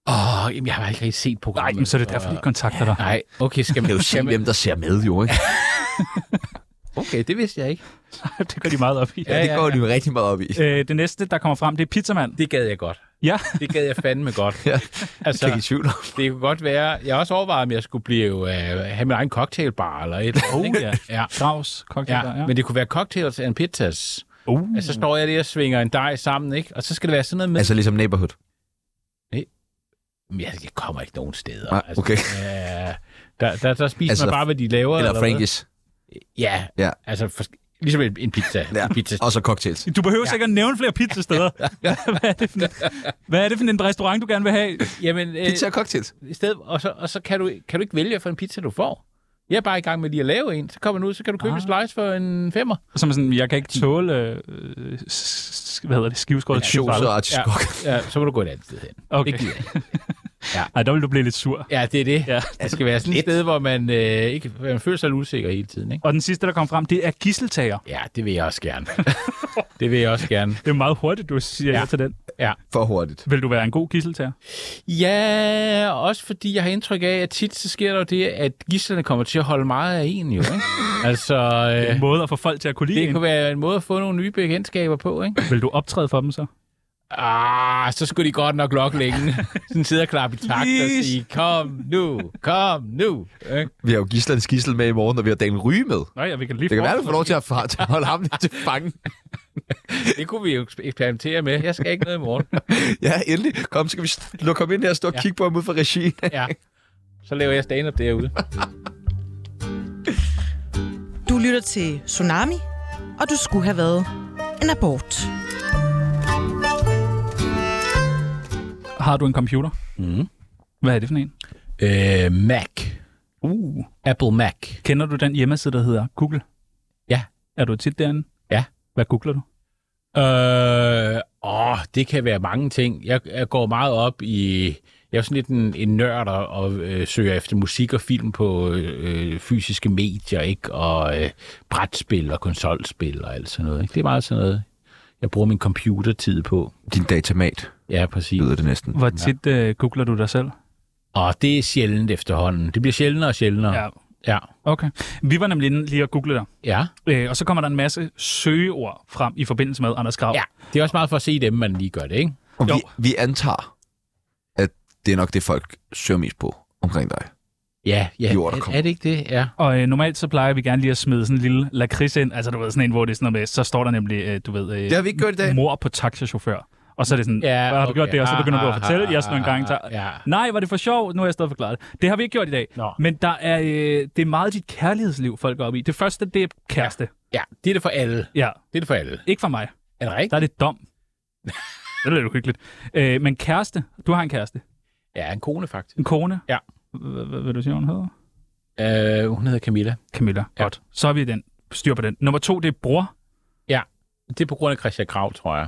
Speaker 2: Åh, oh, jeg har ikke rigtig set
Speaker 4: Nej,
Speaker 2: programmet.
Speaker 4: men så er det derfor, de kontakter dig.
Speaker 2: øh, Nej, okay, skal man...
Speaker 1: kan jo se,
Speaker 2: skal man-
Speaker 1: hvem der ser med, jo, ikke?
Speaker 2: Okay, det vidste jeg ikke.
Speaker 4: (laughs) det går de meget op i.
Speaker 1: Ja, det
Speaker 2: ja,
Speaker 1: går de jo rigtig meget op i.
Speaker 4: Øh, det næste, der kommer frem, det er pizzamand.
Speaker 2: Det gad jeg godt.
Speaker 4: Ja.
Speaker 2: Det gad jeg fandme (laughs) godt.
Speaker 1: Ja.
Speaker 2: Altså,
Speaker 1: Det er i tvivl om.
Speaker 2: det kunne godt være... Jeg har også overvejet, om jeg skulle blive, øh, have min egen cocktailbar eller et eller andet.
Speaker 4: (laughs)
Speaker 2: ikke?
Speaker 4: ja.
Speaker 2: Oh, ja.
Speaker 4: Drags cocktail.
Speaker 2: Ja, ja, men det kunne være cocktails and pizzas.
Speaker 4: uh.
Speaker 2: Altså, så står jeg der og svinger en dej sammen, ikke? Og så skal det være sådan noget med...
Speaker 1: Altså ligesom neighborhood.
Speaker 2: Men jeg, jeg kommer ikke nogen steder.
Speaker 1: Nej, okay.
Speaker 2: Altså, øh, der, der, der spiser
Speaker 1: Altså,
Speaker 2: altså, man bare, hvad de laver.
Speaker 1: Eller
Speaker 2: hvad?
Speaker 1: Frankies.
Speaker 2: Ja,
Speaker 1: Ja.
Speaker 2: ja. altså for, ligesom en, en pizza.
Speaker 1: Ja.
Speaker 2: Ja. En pizza.
Speaker 1: Og så cocktails.
Speaker 4: Du behøver ja. sikkert nævne flere pizzasteder. (laughs) hvad, er det for en, hvad er det for en restaurant, du gerne vil have?
Speaker 2: Jamen, øh,
Speaker 1: Pizza og cocktails.
Speaker 2: i stedet, og så, og så kan, du, kan du ikke vælge for en pizza, du får. Jeg er bare i gang med lige at lave en. Så kommer den ud, så kan du købe ah. en slice for en femmer.
Speaker 4: Som er sådan, jeg kan ikke tåle, øh, s- s- hvad hedder det, skiveskåret
Speaker 1: Shows og
Speaker 4: tykkebrædder.
Speaker 1: artiskok.
Speaker 2: ja, så må du gå et andet sted hen.
Speaker 4: Okay.
Speaker 2: Det gider
Speaker 4: (laughs)
Speaker 2: jeg ikke.
Speaker 4: Ej, der vil du blive lidt sur.
Speaker 2: Ja, det er det.
Speaker 4: Ja.
Speaker 2: Ja. Det skal være sådan et sted, hvor man, øh, ikke, man føler sig lidt usikker hele tiden. Ikke?
Speaker 4: Og den sidste, der kom frem, det er gisseltager.
Speaker 2: Ja, det vil jeg også
Speaker 4: (laughs)
Speaker 2: gerne. det vil jeg også gerne.
Speaker 4: Det er meget hurtigt, du siger ja.
Speaker 2: Ja.
Speaker 4: ja til den.
Speaker 1: For hurtigt.
Speaker 4: Vil du være en god gisseltager?
Speaker 2: Ja, også fordi jeg har indtryk af, at tit så sker der jo det, at gidslerne kommer til at holde meget af en jo, ikke? altså,
Speaker 4: Det er en
Speaker 2: øh,
Speaker 4: måde at få folk til at kunne lide
Speaker 2: det
Speaker 4: en.
Speaker 2: kunne være en måde at få nogle nye bekendtskaber på, ikke?
Speaker 4: Vil du optræde for dem så?
Speaker 2: Ah, så skulle de godt nok lokke længe. Sådan sidde og klappe i takt og
Speaker 4: Please.
Speaker 2: sige, kom nu, kom nu. Ikke?
Speaker 1: Vi har jo Gislans Gissel med i morgen, og vi har Daniel Ryge med.
Speaker 4: Nej, ja, vi kan lige
Speaker 1: Det kan være, at vi
Speaker 4: forestille
Speaker 1: får lov til at, far-
Speaker 2: (laughs)
Speaker 1: til at holde ham lidt til fange.
Speaker 2: Det kunne vi jo eksperimentere med. Jeg skal ikke noget i
Speaker 1: (laughs)
Speaker 2: morgen.
Speaker 1: Ja, endelig. Kom, så kan vi s- lukke ham ind her og stå og kigge på ham ud fra regien.
Speaker 2: Ja. Så laver jeg stand-up derude.
Speaker 6: Du lytter til Tsunami, og du skulle have været en abort.
Speaker 4: os. Har du en computer?
Speaker 2: Mhm.
Speaker 4: Hvad er det for en?
Speaker 2: Øh, Mac.
Speaker 4: Uh.
Speaker 2: Apple Mac.
Speaker 4: Kender du den hjemmeside, der hedder Google?
Speaker 2: Ja.
Speaker 4: Er du tit derinde?
Speaker 2: Ja.
Speaker 4: Hvad googler du?
Speaker 2: Øh, åh, det kan være mange ting. Jeg, jeg går meget op i... Jeg er sådan lidt en, en nørd og, og øh, søger efter musik og film på øh, øh, fysiske medier, ikke? Og øh, brætspil og konsolspil og alt sådan noget, ikke? Det er meget sådan noget, jeg bruger min computertid på.
Speaker 1: (laughs) Din datamat
Speaker 2: Ja, præcis.
Speaker 1: lyder det næsten.
Speaker 4: Hvor tit ja. øh, googler du dig selv?
Speaker 2: Og det er sjældent efterhånden. Det bliver sjældnere og sjældnere. Ja. Ja.
Speaker 4: Okay. Vi var nemlig inde lige at google dig.
Speaker 2: ja.
Speaker 4: Øh, og så kommer der en masse søgeord frem i forbindelse med Anders Grav.
Speaker 2: ja. Det er også meget for at se dem, man lige gør det, ikke?
Speaker 1: Og vi,
Speaker 4: Jo.
Speaker 1: vi antager, at det er nok det, folk søger mest på omkring dig.
Speaker 2: Ja, ja.
Speaker 1: Jo, der
Speaker 2: er,
Speaker 1: kommer-
Speaker 2: er det ikke det? Ja.
Speaker 4: Og øh, normalt så plejer vi gerne lige at smide sådan en lille lakrids ind. Altså du ved, sådan en, hvor det er sådan noget med, så står der nemlig, øh, du ved, øh,
Speaker 1: Det har vi ikke gjort i dag.
Speaker 4: mor på taxachauffør. Og så er det sådan, ja,
Speaker 2: ja
Speaker 4: hvad har du gjort det? Og så begynder du at
Speaker 2: Ah,
Speaker 4: fortælle,
Speaker 2: ah,
Speaker 4: jeg sådan en gang tager...
Speaker 2: ah, Ja.
Speaker 4: Nej, var det for sjov? Nu er jeg stadig forklaret det. Det har vi ikke gjort i dag.
Speaker 2: Nå.
Speaker 4: Men der er, øh, det er meget dit kærlighedsliv, folk går op i. Det første, det er kæreste.
Speaker 2: ja, det er det for alle.
Speaker 4: Ja. ja.
Speaker 2: Det er det for alle.
Speaker 4: Ikke for mig.
Speaker 2: Er det rigtigt?
Speaker 4: Der er
Speaker 2: (laughs)
Speaker 4: det dom. det er lidt uhyggeligt. Øh, men kæreste. Du har en kæreste.
Speaker 2: Ja, en kone faktisk.
Speaker 4: En kone.
Speaker 2: Ja.
Speaker 4: Hvad hvad vil du sige, hun hedder?
Speaker 2: Øh, hun hedder Camilla.
Speaker 4: Camilla.
Speaker 2: Ja.
Speaker 4: Godt. Så er vi i den. Styr på den. Nummer to, det er bror.
Speaker 2: Det er på grund af Christian Krav, tror jeg.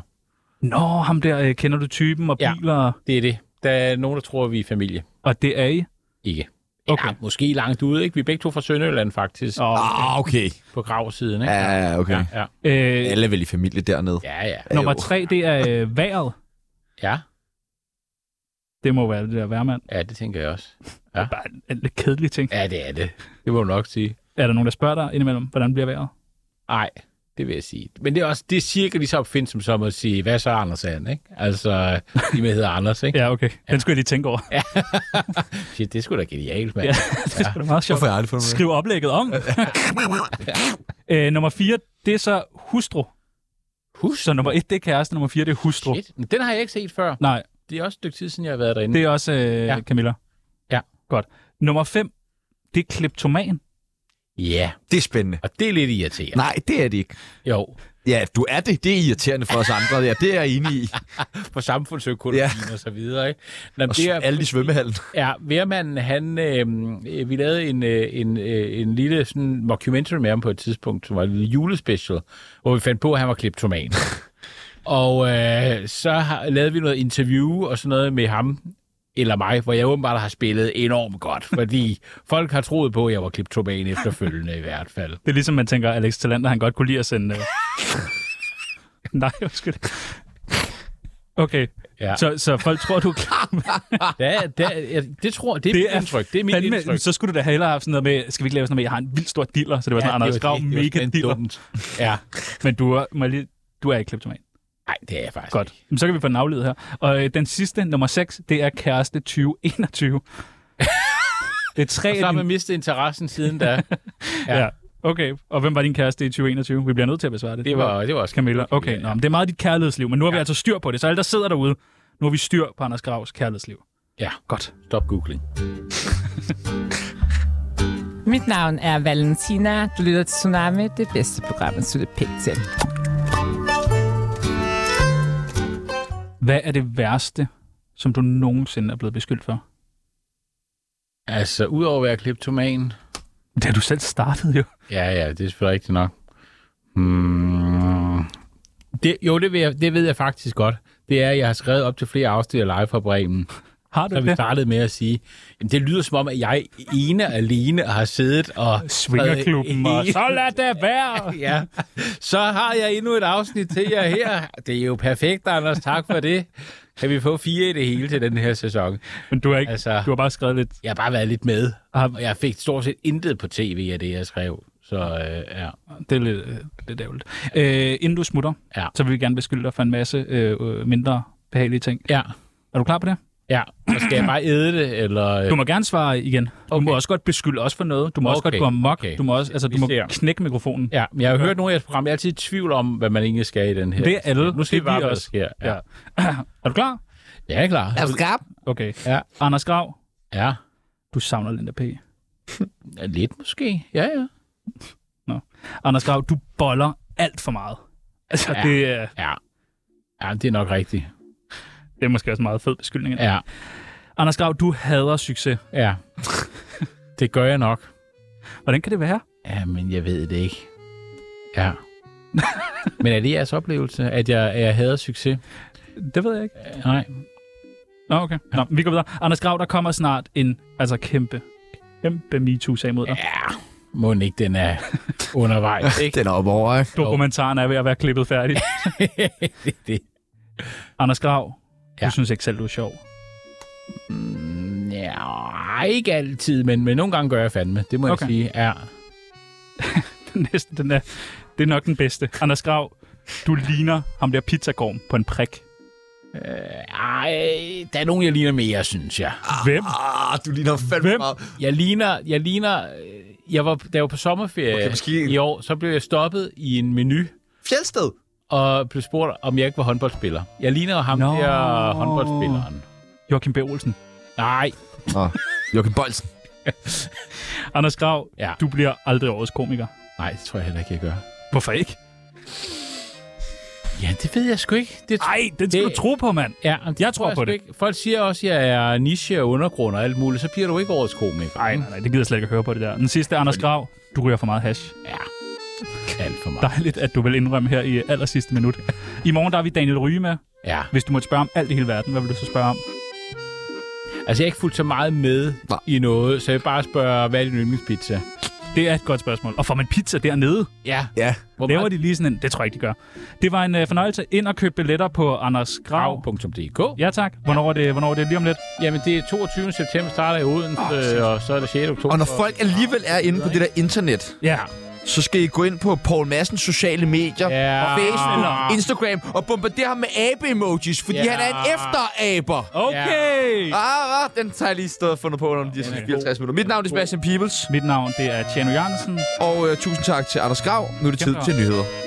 Speaker 4: Nå, ham der, øh, kender du typen og
Speaker 2: Ja.
Speaker 4: biler? Ja.
Speaker 2: Det er det. Der er nogen, der tror, at vi er familie.
Speaker 4: Og det er I?
Speaker 2: Ikke.
Speaker 4: Okay.
Speaker 2: Ja, måske langt ude, ikke? Vi er begge to fra Sønderjylland, faktisk.
Speaker 4: Og,
Speaker 1: Ah, okay.
Speaker 2: På Grav-siden, ikke?
Speaker 1: Ja, ja, okay.
Speaker 2: Ja, ja.
Speaker 4: øh,
Speaker 1: Alle er vel i familie dernede.
Speaker 2: Ja, ja.
Speaker 1: Ja,
Speaker 4: nummer
Speaker 1: jo.
Speaker 4: tre, det er øh, vejret.
Speaker 2: Ja,
Speaker 4: Det må være det der værmand.
Speaker 2: ja det tænker jeg også.
Speaker 4: Bare en, en lidt kedelig ting.
Speaker 2: Ja, det er det. Det må man nok sige.
Speaker 4: Er der nogen, der spørger dig indimellem, hvordan bliver vejret?
Speaker 2: Nej, det vil jeg sige. Men det er også det er cirka lige så opfindsomt som at sige, hvad så Anders Sand, ikke? Altså, de med hedder Anders, ikke?
Speaker 4: (laughs) Ja, okay. Den skulle jeg lige tænke over. Ja,
Speaker 2: Shit, det er sgu da genialt, mand.
Speaker 4: (laughs) ja. det er sgu da meget sjovt.
Speaker 1: Hvorfor har jeg aldrig fundet ud af det?
Speaker 4: Skriv oplægget om. (laughs) øh, nummer fire, det er så hustru.
Speaker 2: Hus,
Speaker 4: Så nummer et, det er kæreste. Nummer fire, det er hustru.
Speaker 2: shit. Men Den har jeg ikke set før.
Speaker 4: Nej,
Speaker 2: Det er også et stykke tid siden, jeg har været derinde.
Speaker 4: det er også øh, ja.
Speaker 2: Ja.
Speaker 4: Camilla.
Speaker 2: Ja.
Speaker 4: Godt. Nummer fem, det er kleptoman.
Speaker 2: Ja,
Speaker 1: Det er spændende.
Speaker 2: og det er lidt irriterende.
Speaker 1: Nej, det er det ikke.
Speaker 2: Jo,
Speaker 1: Ja, du er det. Det er irriterende for os andre. Ja, det er jeg enig i.
Speaker 2: på samfundsøkonomien
Speaker 1: Ja.
Speaker 2: ja. og så videre. Ikke? Nå, men
Speaker 1: Og
Speaker 2: det er,
Speaker 1: alle i svømmehallen.
Speaker 2: ja, Værmanden, han, øh, vi lavede en, øh, en, øh, en lille sådan, mockumentary med ham på et tidspunkt, som var en lille julespecial, hvor vi fandt på, at han var kleptoman. og øh, så har, lavede vi noget interview og sådan noget med ham, eller mig, hvor jeg åbenbart har spillet enormt godt, fordi folk har troet på, at jeg var kliptoman efterfølgende i hvert fald.
Speaker 4: Det er ligesom, man tænker, Alex Talander, han godt kunne lide at sende... (laughs) Øh... Nej, undskyld. Okay,
Speaker 2: Ja.
Speaker 4: ja. så, så folk tror, du er klar med
Speaker 2: Ja, det, jeg, det tror det er,
Speaker 4: Det (laughs)
Speaker 2: mit
Speaker 4: er
Speaker 2: indtryk. Det er mit
Speaker 4: fandme-
Speaker 2: indtryk.
Speaker 4: Så skulle du da hellere have haft sådan noget med, skal vi ikke lave sådan noget med, jeg har en vild stor diller, så det var sådan, ja, Anders Grav,
Speaker 2: det var
Speaker 4: mega
Speaker 2: spændt
Speaker 4: diller.
Speaker 2: dumt. Ja,
Speaker 4: (laughs) Men du er, må jeg lige, du er ikke kleptoman.
Speaker 2: nej, det er jeg faktisk
Speaker 4: Godt.
Speaker 2: ikke.
Speaker 4: Men så kan vi få den afledet her. Og øh, den sidste, nummer 6, det er
Speaker 2: (laughs)
Speaker 4: kæreste 2021. det er tre
Speaker 2: Og så har
Speaker 4: af
Speaker 2: man
Speaker 4: dine...
Speaker 2: mistet interessen siden da. ja.
Speaker 4: Ja. Okay, og hvem var din kæreste i 2021? Vi bliver nødt til at besvare det.
Speaker 2: Det var, det var også
Speaker 4: Camilla. Okay, nå, men det er meget dit kærlighedsliv, men nu har ja. vi
Speaker 2: Ja.
Speaker 4: altså styr på det. Så alle, der sidder derude, nu har vi styr på Anders Gravs kærlighedsliv.
Speaker 2: Ja,
Speaker 4: Godt.
Speaker 2: stop googling.
Speaker 9: Mit navn er Valentina. Du lytter til Tsunami, det bedste program, at slutte pænt til.
Speaker 4: Hvad er det værste, som du nogensinde er blevet beskyldt for?
Speaker 2: Altså, udover at være kleptoman...
Speaker 4: Det har du selv startet jo.
Speaker 2: Ja, ja, det er selvfølgelig rigtigt nok. Hmm. Det, jo, det ved, jeg, det ved jeg faktisk godt. Det er, at jeg har skrevet op til flere afsnit af live fra Bremen.
Speaker 4: Har du
Speaker 2: Så vi
Speaker 4: det?
Speaker 2: startede med at sige, jamen, det lyder som om, at jeg ene og alene har siddet og...
Speaker 4: Swingerklubben, og
Speaker 2: Øh,
Speaker 4: så lad det være!
Speaker 2: (laughs) Ja, så har jeg endnu et afsnit til jer her. Det er jo perfekt, Anders. Tak for det. Kan vi få fire i det hele til den her sæson?
Speaker 4: Men du har, ikke,
Speaker 2: Altså-
Speaker 4: altså... du har bare skrevet lidt.
Speaker 2: Jeg har bare været lidt med, og jeg fik stort set intet på tv af det, jeg skrev. Så øh, ja.
Speaker 4: Det er lidt, øh, lidt ærgerligt. Øh, inden du smutter,
Speaker 2: Ja.
Speaker 4: så vil vi gerne beskylde dig for en masse øh, øh, mindre behagelige ting.
Speaker 2: ja.
Speaker 4: Er du klar på det?
Speaker 2: Ja, så skal jeg bare æde det, eller... øh,
Speaker 4: Du må gerne svare igen. Du
Speaker 2: Okay.
Speaker 4: må også godt beskylde os for noget. Du må også
Speaker 2: Okay,
Speaker 4: godt gå amok.
Speaker 2: okay.
Speaker 4: Du må, også, altså,
Speaker 2: Vi
Speaker 4: du må
Speaker 2: ser.
Speaker 4: knække mikrofonen.
Speaker 2: Ja, men jeg har jo hørt nogle af jeres program. Jeg er altid i tvivl om, hvad man egentlig skal i den her.
Speaker 4: Det er alle.
Speaker 2: Nu skal
Speaker 4: Det
Speaker 2: vi bare,
Speaker 4: er vi
Speaker 2: hvad der
Speaker 4: også.
Speaker 2: sker. Ja.
Speaker 4: Ja. Altså- Er du klar?
Speaker 2: Jeg er klar.
Speaker 9: skarp.
Speaker 4: Okay.
Speaker 2: Ja.
Speaker 4: Anders Grav,
Speaker 2: Ja.
Speaker 4: du savner Linda P.
Speaker 2: Ja, Lidt måske. Ja, ja.
Speaker 4: Anders Grav, du boller alt for meget. Altså,
Speaker 2: Ja.
Speaker 4: ja. det, er-
Speaker 2: Ja. Ja, det er nok rigtigt.
Speaker 4: det er måske også en meget fed beskyldning. Ja.
Speaker 2: Ja,
Speaker 4: Anders Grav, du hader succes.
Speaker 1: (laughs)
Speaker 2: ja. det gør jeg nok.
Speaker 4: Hvordan kan det være?
Speaker 2: Ja, men jeg ved det ikke.
Speaker 1: (laughs)
Speaker 2: Ja. men er det jeres oplevelse, at jeg, at jeg hader succes?
Speaker 4: Det ved jeg ikke.
Speaker 2: Øh, Nej.
Speaker 4: Nå, okay. Nå, vi går videre. Anders Grav, der kommer snart en altså kæmpe, kæmpe MeToo-sag mod dig.
Speaker 2: Ja. Må ikke, den er
Speaker 1: (laughs)
Speaker 2: undervejs, ikke?
Speaker 1: Den er oppe over, ikke?
Speaker 4: Dokumentaren er ved at være klippet færdig.
Speaker 2: det, det.
Speaker 4: Anders Grav,
Speaker 2: Ja.
Speaker 4: du synes ikke selv, du er sjov. (laughs)
Speaker 2: Ja, ikke altid, men, men nogle gange gør jeg fandme. Det må okay.
Speaker 4: Okay.
Speaker 2: jeg sige. Ja.
Speaker 4: Den næste, den er, det er nok den bedste. Anders Grav, du ligner ham der pizzagorm på en prik.
Speaker 2: Ej, der er nogen, jeg ligner mere, synes jeg.
Speaker 4: Hvem?
Speaker 1: Ah, du ligner fandme
Speaker 4: Hvem?
Speaker 1: meget.
Speaker 2: Jeg ligner... Jeg ligner øh, jeg var, da jeg var på sommerferie
Speaker 1: Okay, måske-
Speaker 2: i år, så blev jeg stoppet i en menu
Speaker 1: Fjeldsted.
Speaker 2: og blev spurgt, om jeg ikke var håndboldspiller. Jeg ligner jo ham
Speaker 4: Nå.
Speaker 2: der håndboldspilleren.
Speaker 4: Joachim B. Olsen.
Speaker 2: Nej,
Speaker 1: Ah, Joachim Bolsen.
Speaker 4: Anders Grav,
Speaker 2: Ja.
Speaker 4: ja. du bliver aldrig årets komiker.
Speaker 2: nej, det tror jeg heller ikke, jeg gør.
Speaker 4: Hvorfor ikke?
Speaker 2: Ja, det ved jeg sgu ikke. Det,
Speaker 4: Nej, den skal
Speaker 2: Det-
Speaker 4: det... du tro på, mand.
Speaker 2: ja, men
Speaker 4: jeg tror
Speaker 2: jeg
Speaker 4: på
Speaker 2: sgu
Speaker 4: det.
Speaker 2: Ikke. Folk siger også, at jeg er niche og undergrund og alt muligt. Så bliver du ikke årets komiker.
Speaker 4: Nej, nej, nej, det gider jeg slet ikke at høre på det der. Den sidste, Anders Grav, du ryger for meget hash.
Speaker 2: Ja, alt for meget.
Speaker 4: Dejligt, at du vil indrømme her i aller sidste minut. I morgen, der er vi Daniel Ryge med.
Speaker 2: Ja,
Speaker 4: Hvis du måtte spørge om alt i hele verden, hvad vil du så spørge om?
Speaker 2: altså jeg har ikke fulgt så meget med
Speaker 1: Nej.
Speaker 2: i noget, så jeg vil bare spørge, hvad er din yndlingspizza?
Speaker 4: Det er et godt spørgsmål. Og får man pizza dernede?
Speaker 2: Ja,
Speaker 1: Ja.
Speaker 2: hvor
Speaker 4: Laver de lige sådan en? Det tror jeg ikke, de gør. Det var en øh, fornøjelse. Ind og køb billetter på Anders Grav.
Speaker 2: grav.dk.
Speaker 4: Ja tak. Hvornår er det, hvornår er det lige om lidt?
Speaker 2: Jamen, det er 22. september starter i Odense, oh, og så er det 6. oktober.
Speaker 1: Ah, Og når folk alligevel er inde på det der internet,
Speaker 4: Ja.
Speaker 1: så skal I gå ind på Paul Massens sociale medier,
Speaker 2: Ja. Ah.
Speaker 1: og Facebook, Instagram, og bombardere ham med abe-emojis, fordi
Speaker 2: Ja.
Speaker 1: han er en efteraber.
Speaker 4: Okay! Ja.
Speaker 1: Ah, ah, den tager jeg lige stået og fundet på under de her 64 minutter. Mit navn er Sebastian Peebles,
Speaker 4: Mit navn det er Tjerno Jørgensen.
Speaker 1: og øh, tusind tak til Anders Grav. Nu er det tid
Speaker 4: Kæmpe.
Speaker 1: til nyheder.